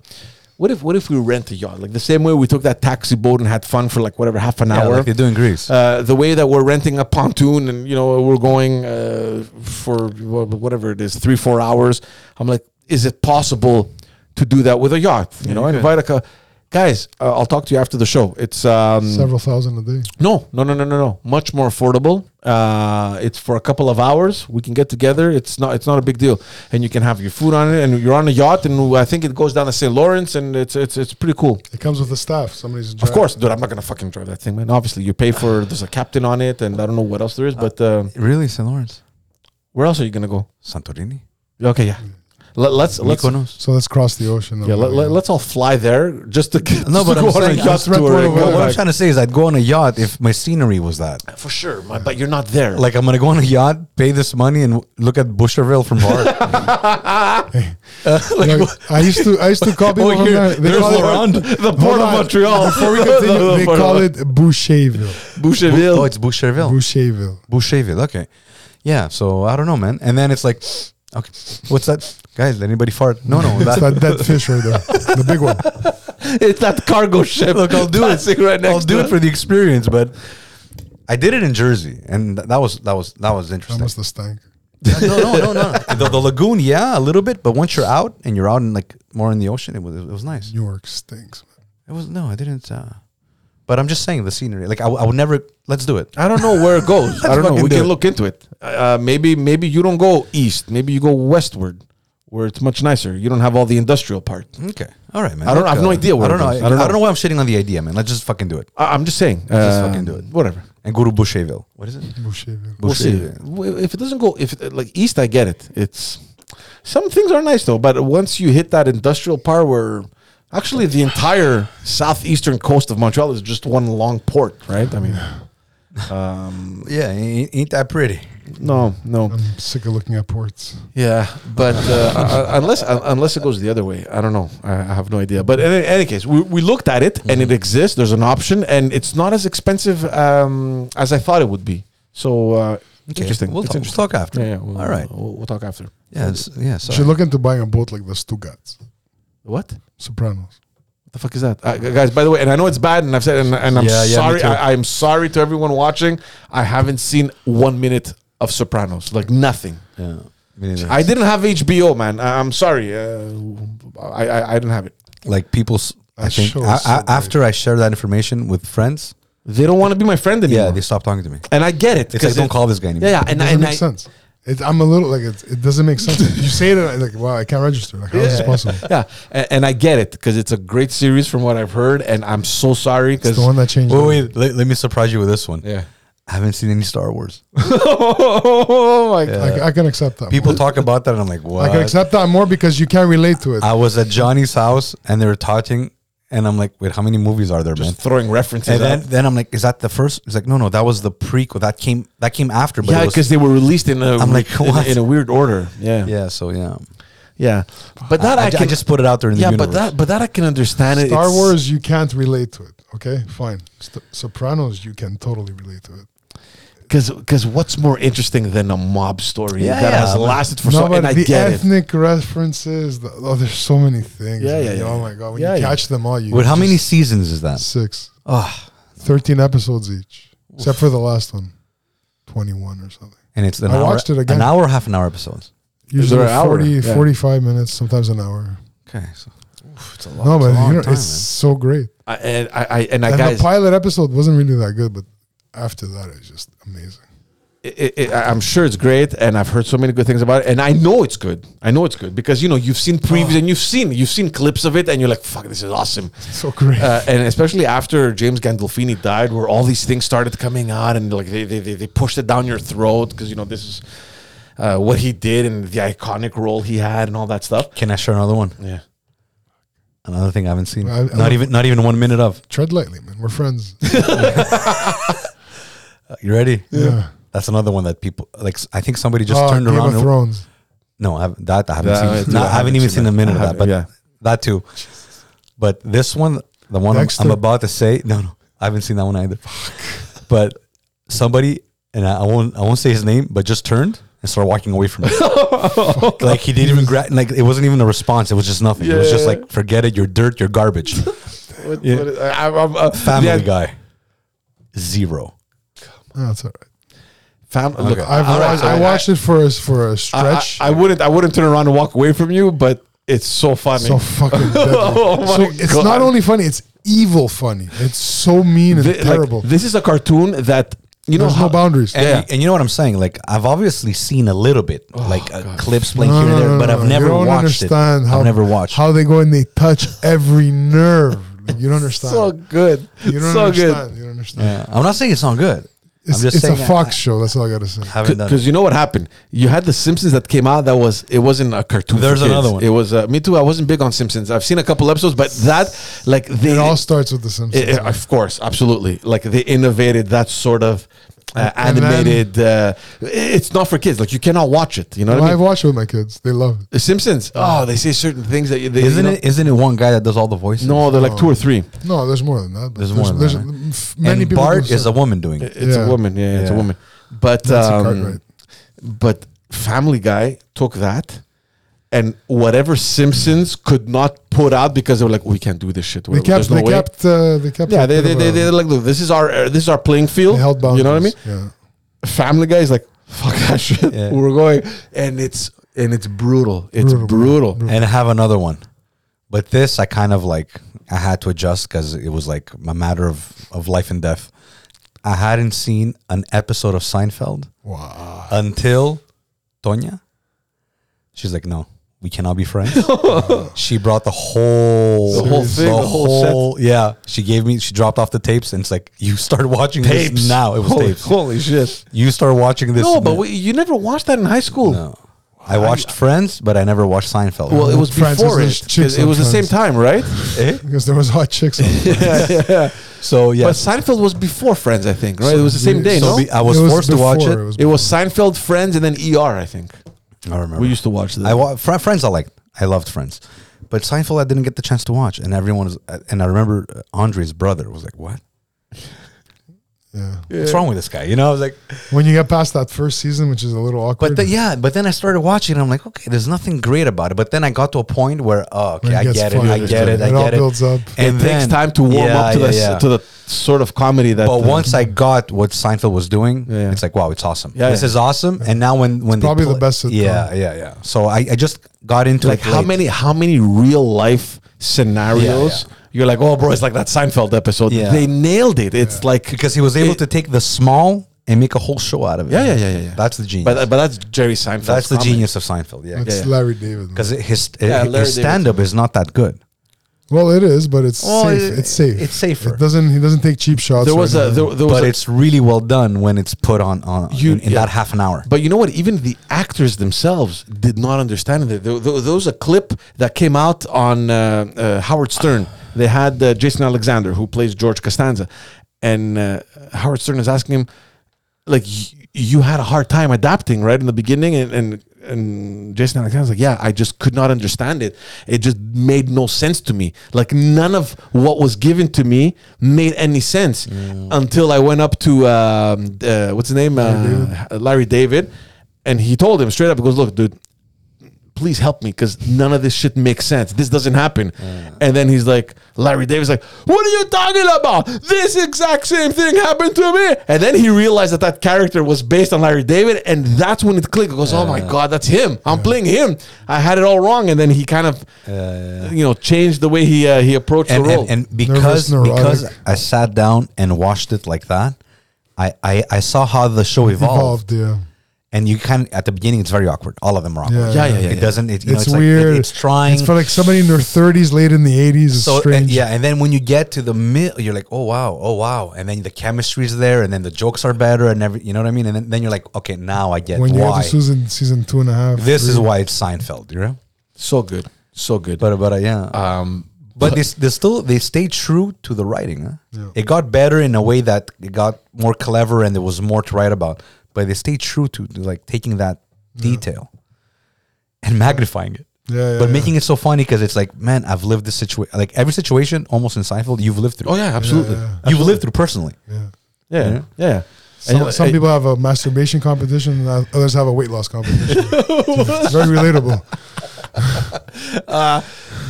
S1: what if what if we rent a yacht? Like the same way we took that taxi boat and had fun for like whatever half an
S2: yeah,
S1: hour.
S2: like they do in Greece.
S1: uh, the way that we're renting a pontoon and you know we're going uh, for wha- whatever it is three four hours i'm like is it possible to do that with a yacht you know
S2: you could.
S1: invite a co- guys, uh, I'll talk to you after the show. It's um,
S3: Several thousand a day.
S1: No, no, no, no, no, no. Much more affordable. Uh, it's for a couple of hours. We can get together. It's not. It's not a big deal, and you can have your food on it. And you're on a yacht, and I think it goes down to St. Lawrence, and it's it's it's pretty cool.
S3: It comes with the staff. Somebody's
S1: Of course, dude. I'm not gonna fucking drive that thing, man. Obviously, you pay for. There's a captain on it, and I don't know what else there is, but uh,
S2: Really, St. Lawrence?
S1: where else are you gonna go?
S2: Santorini?
S1: Okay, yeah. Let, let's let's
S2: Mykonos?
S3: So let's cross the ocean.
S1: yeah. Let, let, us all fly there just to get,
S2: No,
S1: just
S2: but
S1: to
S2: I'm
S1: go on a
S2: saying-
S1: yacht
S3: Let's rent
S1: tour
S3: one
S1: and
S3: over
S1: go
S3: there.
S2: What I'm
S1: back.
S2: trying to say is I'd go on a yacht if my scenery was that.
S1: for sure. my- But you're not there.
S2: Like I'm gonna go on a yacht, pay this money, and w- look at Busherville from far.
S3: You know, I used to I used to call people
S2: oh,
S3: from
S2: here,
S3: there. They
S2: there's
S3: call it-
S2: Laurent.
S1: the port of
S3: on.
S1: Montreal.
S3: Before we continue, they call it Boucherville.
S1: Boucherville.
S2: oh, it's Busherville.
S3: Boucherville.
S2: Busherville. Okay, yeah. So I don't know, man. And then it's like, okay, what's that, guys? Did anybody fart? No,
S1: Oh,
S2: no.
S3: It's
S2: That,
S3: that dead fish right there, the big one.
S1: it's that cargo ship.
S2: Look, I'll do it.
S1: passing Right next
S2: I'll do
S1: to
S2: it for the experience, but I did it in Jersey, and th- that was that was that was
S3: I
S2: interesting.
S3: must have stank.
S2: no, no, no, no. the, the lagoon, yeah, a little bit, but once you're out and you're out and like more in the ocean, it was it was nice.
S3: New York stinks.
S2: It was no, I didn't. Uh, but I'm just saying the scenery. Like I, w- I would never. Let's do it.
S1: I don't know where it goes. I don't know.
S2: fucking
S1: We
S2: do
S1: can
S2: it.
S1: look into it. Uh, maybe maybe you don't go east. Maybe you go westward, where it's much nicer. You don't have all the industrial part.
S2: Okay. All right, man.
S1: I don't- I have no idea what
S2: I don't
S1: it
S2: know. I,
S1: is.
S2: I don't know. why I'm shitting on the idea, man. Let's just fucking do it.
S1: I, I'm just saying.
S2: Just
S1: uh,
S2: fucking do it.
S1: Whatever.
S2: And go to Boucherville. What is it?
S3: Boucherville.
S1: We'll see. W- If it doesn't go, if it, like east, I get it. It's some things are nice though, but once you hit that industrial part where. Actually, the entire southeastern coast of Montreal is just one long port, right? I mean, um,
S2: Yeah, ain't, ain't that pretty?
S1: no, no.
S3: I'm sick of looking at ports.
S1: Yeah, but uh, uh, unless uh, unless it goes the other way, I don't know. I I have no idea. But in any case, we, we looked at it and
S2: Mm-hmm.
S1: it exists. There's an option, and it's not as expensive um, as I thought it would be. So uh, interesting.
S2: We'll,
S1: It's
S2: talk, we'll
S1: interesting.
S2: talk after.
S1: Yeah, yeah. We'll,
S2: All right.
S1: We'll, we'll talk after.
S2: Yeah. it's- yeah.
S3: You should
S2: So
S3: look into buying a boat like the Stugats,
S1: What? What
S3: Sopranos.
S1: the fuck is that, uh, gu- guys? By the way, and I know it's bad, and I've said, and, and I'm
S2: Yeah, yeah, me
S1: sorry.
S2: too.
S1: I, I'm sorry to everyone watching. I haven't seen one minute of Sopranos, like nothing.
S2: yeah. Me neither.
S1: I didn't have HBO, man. I, I'm sorry. Uh, I, I I didn't have it.
S2: like people's. I
S3: That
S2: think
S3: show is
S2: I,
S3: so
S2: I,
S3: great.
S2: after I share that information with friends,
S1: They don't want to be my friend anymore.
S2: yeah, they stop talking to me.
S1: And I get it.
S2: It's like
S1: because
S2: don't
S1: it-
S2: call this guy anymore.
S1: Yeah, yeah. And,
S3: It
S1: and
S3: doesn't
S1: I,
S3: make sense. It, I'm a little like it, it doesn't make sense. you say it and I'm like, wow, I can't register. Like, how is this possible?
S1: yeah, and, and I get it because it's a great series from what I've heard, and I'm so sorry
S3: It's
S1: because
S3: the one that changed.
S2: Wait,
S3: the-
S2: wait. Let, let me surprise you with this one.
S1: yeah.
S2: I haven't seen any Star Wars.
S1: oh my god.
S3: I, I can accept that.
S2: People
S3: more.
S2: talk about that, and I'm like, what?
S3: I can accept that more because you can't relate to
S1: Uh,
S3: it.
S2: I was at Johnny's house and they were talking, and I'm like, wait, how many movies are there, man?
S1: Just throwing references.
S2: And then,
S1: out.
S2: then I'm like, is that the first? He's like, no, no, that was the prequel. That came that came after. But
S1: yeah,
S2: it was-
S1: because they were released in a
S2: I'm like,
S1: in, a-
S2: what?
S1: in a weird order. Yeah, yeah,
S2: yeah, so yeah,
S1: But that I,
S2: I, ju- I
S1: can
S2: just put it out there in the
S1: yeah, but
S2: universe.
S1: that but that I can understand it.
S3: Star
S1: It's-
S3: Wars, you can't relate to it. Okay, fine. St- Sopranos, you can totally relate to it.
S1: Because because what's more interesting than a mob story
S2: Yeah,
S1: that
S2: yeah.
S1: has lasted for
S3: no,
S1: so?
S3: but
S1: And I
S3: the
S1: get it.
S3: ethnic references. The, oh, there's so many things.
S1: Yeah, yeah,
S3: man.
S1: yeah.
S3: Oh my god, when
S1: Yeah,
S3: you
S1: yeah.
S3: catch them all, you
S2: Wait, how many
S3: just-
S2: seasons is that?
S3: Six.
S2: Oh,
S3: Thirteen episodes each, except for the last one, twenty-one or something.
S2: and it's an
S3: I
S2: hour,
S3: watched it again.
S2: an hour, half an hour episodes.
S3: Usually
S1: an hour?
S3: 40,
S1: Yeah.
S3: 45 minutes, sometimes an hour.
S2: Okay, so it's a lot.
S3: no,
S2: it's
S3: but
S2: a long
S3: you know,
S2: time,
S3: it's so great.
S1: I, and I, I and I
S3: and
S1: guys,
S3: the pilot episode wasn't really that good, but after that, it's just amazing.
S1: it, it, I- I'm sure it's great, and I've heard so many good things about it, and I know it's good. I know it's good because you know you've seen
S2: Oh.
S1: previews and you've seen you've seen clips of it, and you're like, "Fuck, this is awesome."
S3: So great.
S1: Uh, and especially after James Gandolfini died, where all these things started coming out, and like they they, they, they pushed it down your throat because you know this is uh, what he did and the iconic role he had and all that stuff.
S2: man. Can I share another one?
S1: Yeah.
S2: Another thing I haven't seen.
S3: I- I
S2: not
S3: don't-
S2: even not even one minute of.
S3: Tread lightly, man. We're friends.
S2: Uh, You ready?
S3: Yeah.
S2: That's another one that people like. s- I think somebody just
S3: Oh,
S2: turned
S3: Game
S2: around.
S3: of
S2: and-
S3: Thrones.
S2: No, I haven't, that I haven't
S1: Yeah,
S2: seen.
S1: I
S2: No,
S1: too,
S2: I, haven't even seen a minute of
S1: I
S2: that, but
S1: haven't-
S2: that too. But this one, the one I'm,
S3: Dexter.
S2: I'm about to say, no, no, I haven't seen that one either. but somebody, and I, I won't, I won't say his name, but just turned and started walking away from it. like he didn't even grab, like it wasn't even a response. It was just nothing. It was just
S1: Yeah.
S2: like, forget it. You're dirt. You're garbage.
S1: What- what is- I- I'm- I'm, uh,
S2: Family
S1: yeah,
S2: Guy, zero.
S3: Oh, that's all right.
S1: Fam- look,
S2: Okay.
S3: I've
S1: all right,
S3: watched,
S1: so
S3: I watched it for a, for a
S1: I,
S3: stretch.
S1: I, I wouldn't I wouldn't turn around and walk away from you, but It's so funny.
S3: So fucking deadly.
S1: Oh my
S3: so it's
S1: God.
S3: not only funny, it's evil funny. It's so mean and
S1: Thi- like,
S3: terrible.
S1: this is a cartoon that you know
S3: There's
S1: how
S3: no boundaries.
S2: And,
S1: Yeah.
S2: and you know what I'm saying? Like I've obviously seen a little bit, like uh, clips playing here and there, but I've
S3: no.
S2: never
S3: you don't
S2: watched it.
S3: understand How,
S2: I've never watched.
S3: how they go and they touch every nerve. Like, you don't understand.
S1: so good.
S3: you don't
S1: so
S3: understand.
S1: good.
S3: You don't understand.
S2: yeah. I'm not saying it's not good.
S3: It's,
S2: I'm just
S3: it's a
S2: saying
S3: Fox show. That's all I gotta say.
S2: I haven't done it.
S1: Because you know what happened? You had the Simpsons that came out. That was it wasn't a cartoon. for
S2: There's
S1: kids.
S2: another one.
S1: It was uh, me too. I wasn't big on Simpsons. I've seen a couple episodes, but that like they
S3: It all starts with The Simpsons.
S1: It- it- of course, absolutely. Like they innovated that sort of uh,
S3: And then-
S1: animated. uh, it's not for kids. Like you cannot watch it. You know
S3: Well,
S1: what I
S3: I've
S1: mean?
S3: watched it with my kids. They love it.
S1: The Simpsons. Oh, they say certain things that you- they
S2: Isn't
S1: you know-
S2: it? Isn't it one guy that does all the voices?
S1: No, they're like two
S3: Oh.
S1: or three.
S3: No, there's more than that. but
S2: There's more than that, right?
S3: f-
S2: and Bart
S3: do
S2: is a
S3: stuff.
S2: woman doing it.
S1: It's a
S3: Yeah.
S1: woman. Yeah, it's a
S2: Yeah.
S1: woman. But
S3: That's a
S1: um,
S3: Cartwright.
S1: but Family Guy took that. And whatever Simpsons could not put out because they were like, we can't do this shit.
S3: They
S1: There's
S3: kept.
S1: no
S3: they
S1: way."
S3: kept. Uh, they kept.
S1: Yeah,
S3: a
S1: they
S3: bit
S1: they,
S3: of
S1: they
S3: a-
S1: they're like, look, this is our uh, this is our playing
S3: they
S1: field.
S3: held boundaries.
S1: You know what I mean?
S3: Yeah.
S1: Family Guy is like, fuck that shit.
S2: Yeah.
S1: We're going, and it's and it's brutal. It's brutal.
S3: Brutal, brutal,
S2: and I have another one. But this, I kind of like, I had to adjust because it was like a matter of, of life and death. I hadn't seen an episode of Seinfeld
S3: Wow.
S2: until Tonya. She's like, no, we cannot be friends. she brought the whole,
S1: The whole thing, the whole set.
S2: yeah. She gave me, she dropped off the tapes, and it's like, you start watching
S1: Tapes
S2: this now. It was
S1: holy,
S2: tapes.
S1: Holy shit!
S2: You start watching this.
S1: No, but
S2: now.
S1: we, you never watched that in high school.
S2: No. I watched Friends, but I never watched Seinfeld.
S1: Well, it was
S3: Friends,
S1: before
S3: there's
S1: it.
S3: chicks
S1: 'cause It
S3: on
S1: was the same
S3: Friends.
S1: time, right?
S2: Eh?
S3: Because there was hot chicks. On it.
S1: yeah, yeah.
S2: so yeah,
S1: But Seinfeld was before Friends, I think. Right? It was the same day.
S2: So
S1: no,
S2: be- I was,
S3: It was
S2: forced to watch
S3: before,
S2: it.
S3: it was-
S1: it was Seinfeld, Friends, and then ER. I think
S2: I remember.
S1: we used to watch that.
S2: I wa- Fr- Friends. I liked. I loved Friends, but Seinfeld I didn't get the chance to watch, and everyone was. And I remember uh, Andre's brother was like, "What?
S3: Yeah.
S2: What's wrong with this guy?" You know, I was like,
S3: When you get past that first season, which is a little
S2: "But
S3: awkward.
S2: the, yeah." But then I started watching, and I'm like, "Okay, there's nothing great about it." But then I got to a point where, oh, okay,
S3: When it
S2: I
S3: gets
S2: get it,
S3: funny,
S2: I get it, I
S3: it all
S2: get it.
S3: builds up.
S1: it takes
S2: then-
S1: time to warm
S2: Yeah,
S1: up to
S2: yeah,
S1: the
S2: yeah.
S1: to the sort of comedy that.
S2: But
S1: uh,
S2: once I got what Seinfeld was doing,
S1: Yeah, yeah.
S2: it's like, wow, it's awesome.
S1: Yeah,
S2: this
S1: yeah.
S2: is awesome. And now when when they
S3: probably the
S2: play-
S3: best sitcom.
S2: yeah, yeah, yeah. So I, I just got into
S1: like
S2: it
S1: how
S2: late.
S1: many how many real life scenarios you're like oh bro it's like that seinfeld episode
S2: Yeah.
S1: they nailed it it's like
S2: because he was able
S1: It-
S2: to take the small and make a whole show out of it.
S1: yeah yeah yeah yeah, yeah.
S2: That's the genius.
S1: but, but that's jerry seinfeld
S2: that's the genius of Seinfeld. Yeah,
S3: It's
S1: yeah.
S3: Larry David. man.
S2: because his
S1: Yeah, Larry
S2: his stand up is not that good.
S3: Well, it is, but it's
S2: Oh,
S3: safe.
S2: it-
S3: it's safe.
S2: it's safer.
S3: It doesn't. He doesn't take cheap shots.
S1: there
S3: or
S1: was a
S3: anything.
S1: there, there was
S2: But
S1: a-
S2: it's really well done when it's put on on
S1: You-
S2: in, in
S1: yeah.
S2: that half an hour.
S1: but you know what even the actors themselves did not understand it there, there, there was a clip that came out on uh, uh, howard stern they had uh, jason alexander who plays george costanza and uh, howard stern is asking him like y- you had a hard time adapting right in the beginning and and, and jason alexander's like yeah i just could not understand it it just made no sense to me like none of what was given to me made any sense until i went up to um, uh, what's his name uh, larry david and he told him straight up he goes look dude please help me because none of this shit makes sense. This doesn't happen. And then he's like, Larry Davis, like, what are you talking about? This exact same thing happened to me. And then he realized that that character was based on Larry David, and that's when it clicked. It goes, oh my god, that's him. I'm playing him. I had it all wrong. And then he kind of, you know, changed the way he uh, he approached
S2: and,
S1: the role.
S2: and, and because
S3: neurotic.
S2: because I sat down and watched it like that, I I, I saw how the show evolved.
S3: involved. Yeah.
S2: And you can at the beginning, it's very awkward. All of them are awkward.
S3: Yeah,
S1: Yeah, yeah, yeah, yeah.
S2: It doesn't. It, you know,
S3: it's,
S2: it's like, it-
S3: weird.
S2: it's trying.
S3: It's for like somebody in their thirties, late in the eighties. It's
S2: so and-
S3: strange.
S2: yeah, and then when you get to the middle, you're like, oh wow, oh wow, and then the chemistry's there, and then the jokes are better, and every, you know what I mean, and then, then you're like, okay, now I get
S3: When you
S2: why
S3: get to Susan season two and a half.
S2: this
S3: three.
S2: is why it's Seinfeld, you know.
S1: so good, so good.
S2: But but uh, yeah,
S1: um,
S2: but they, s- they still they stay true to the writing. Huh?
S3: Yeah.
S2: It got better in a way that it got more clever, and there was more to write about. But they stay true to, to, like taking that detail and magnifying it.
S3: Yeah, yeah,
S2: but
S3: yeah.
S2: making it so funny because it's like, man, I've lived this situation. Like every situation, almost in Seinfeld, you've lived through.
S1: oh yeah, absolutely.
S3: Yeah,
S2: You've lived through personally.
S3: Yeah.
S1: Yeah, yeah.
S2: Yeah.
S3: Some,
S1: And, uh,
S3: some
S1: uh,
S3: people have a masturbation competition, and others have a weight loss competition. It's Very relatable.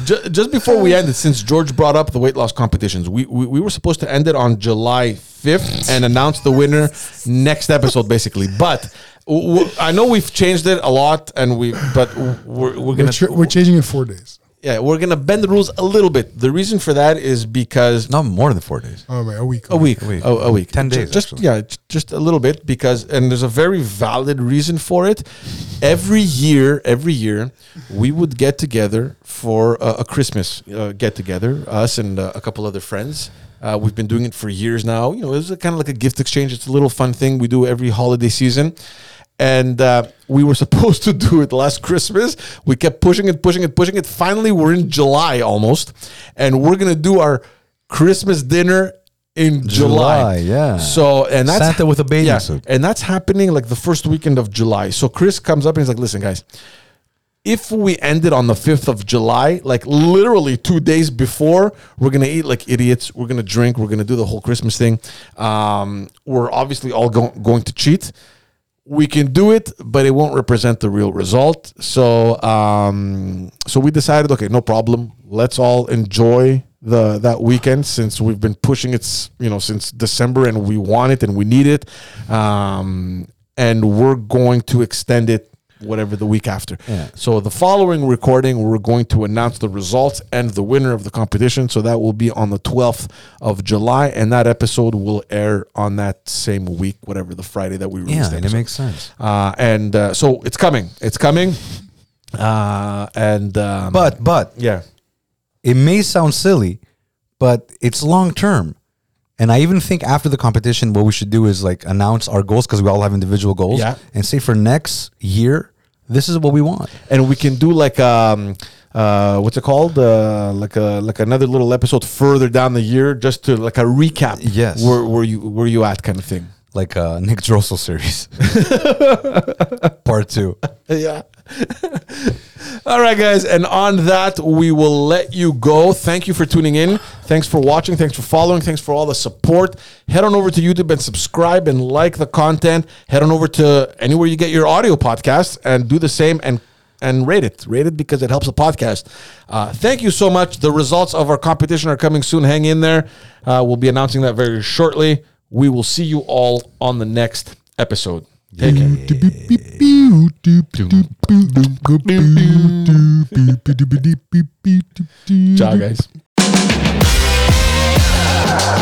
S1: Ju- just before we ended, since George brought up the weight loss competitions, we, we, we were supposed to end it on July 5th and announce the winner next episode, basically. But w- w- I know we've changed it a lot, and we but we're, we're
S3: We're,
S1: gonna
S3: ch- we're changing in four days.
S1: yeah we're gonna bend the rules a little bit. The reason for that is because
S2: Not more than four days.
S3: Oh, wait, a week.
S1: a week, a
S2: week.
S1: week, a, a week,
S2: 10
S1: Ju-
S2: days,
S1: Just
S2: actually.
S1: yeah, j- just a little bit because, and there's a very valid reason for it. Every year, every year, we would get together for a, a Christmas uh, get together, us and uh, a couple other friends. Uh, we've been doing it for years now. You know, it's kind of like a gift exchange. It's a little fun thing we do every holiday season. And uh, we were supposed to do it last Christmas. We kept pushing it, pushing it, pushing it. Finally, we're in July almost, and we're gonna do our Christmas dinner in July.
S2: July, yeah.
S1: So and that's
S2: Santa with a bathing
S1: yeah,
S2: suit.
S1: and that's happening like the first weekend of July. So Chris comes up and he's like, "Listen, guys." If we ended on the 5th of July, like literally two days before, we're gonna eat like idiots. We're gonna drink. We're gonna do the whole Christmas thing. Um, we're obviously all go- going to cheat. We can do it, but it won't represent the real result. So, um, so we decided, okay, no problem. Let's all enjoy the that weekend since we've been pushing it, s- you know, since December, and we want it and we need it. Um, and we're going to extend it whatever the week after. So the following recording, we're going to announce the results and the winner of the competition. So that will be on the 12th of July, and that episode will air on that same week, whatever the Friday that we release.
S2: Yeah,
S1: the
S2: and it
S1: episode.
S2: makes sense.
S1: Uh, and uh, so it's coming. It's coming. Uh, and um,
S2: But but
S1: yeah,
S2: it may sound silly, but it's long term. And I even think after the competition, what we should do is like announce our goals because we all have individual goals
S1: Yeah.
S2: and say for next year, this is what we want.
S1: and we can do like um. Uh, what's it called? Uh, like a like another little episode further down the year, just to like a recap.
S2: Yes.
S1: where where you where you at, kind of thing.
S2: Like uh, Nick Drossel series, part two.
S1: yeah. All right, guys. And on that, we will let you go. Thank you for tuning in. Thanks for watching. Thanks for following. Thanks for all the support. Head on over to YouTube and subscribe and like the content. Head on over to anywhere you get your audio podcasts and do the same and and rate it. Rate it because it helps the podcast. Uh, thank you so much. The results of our competition are coming soon. Hang in there. Uh, we'll be announcing that very shortly. We will see you all on the next episode. Take care. Ciao,
S3: Ciao,
S1: guys.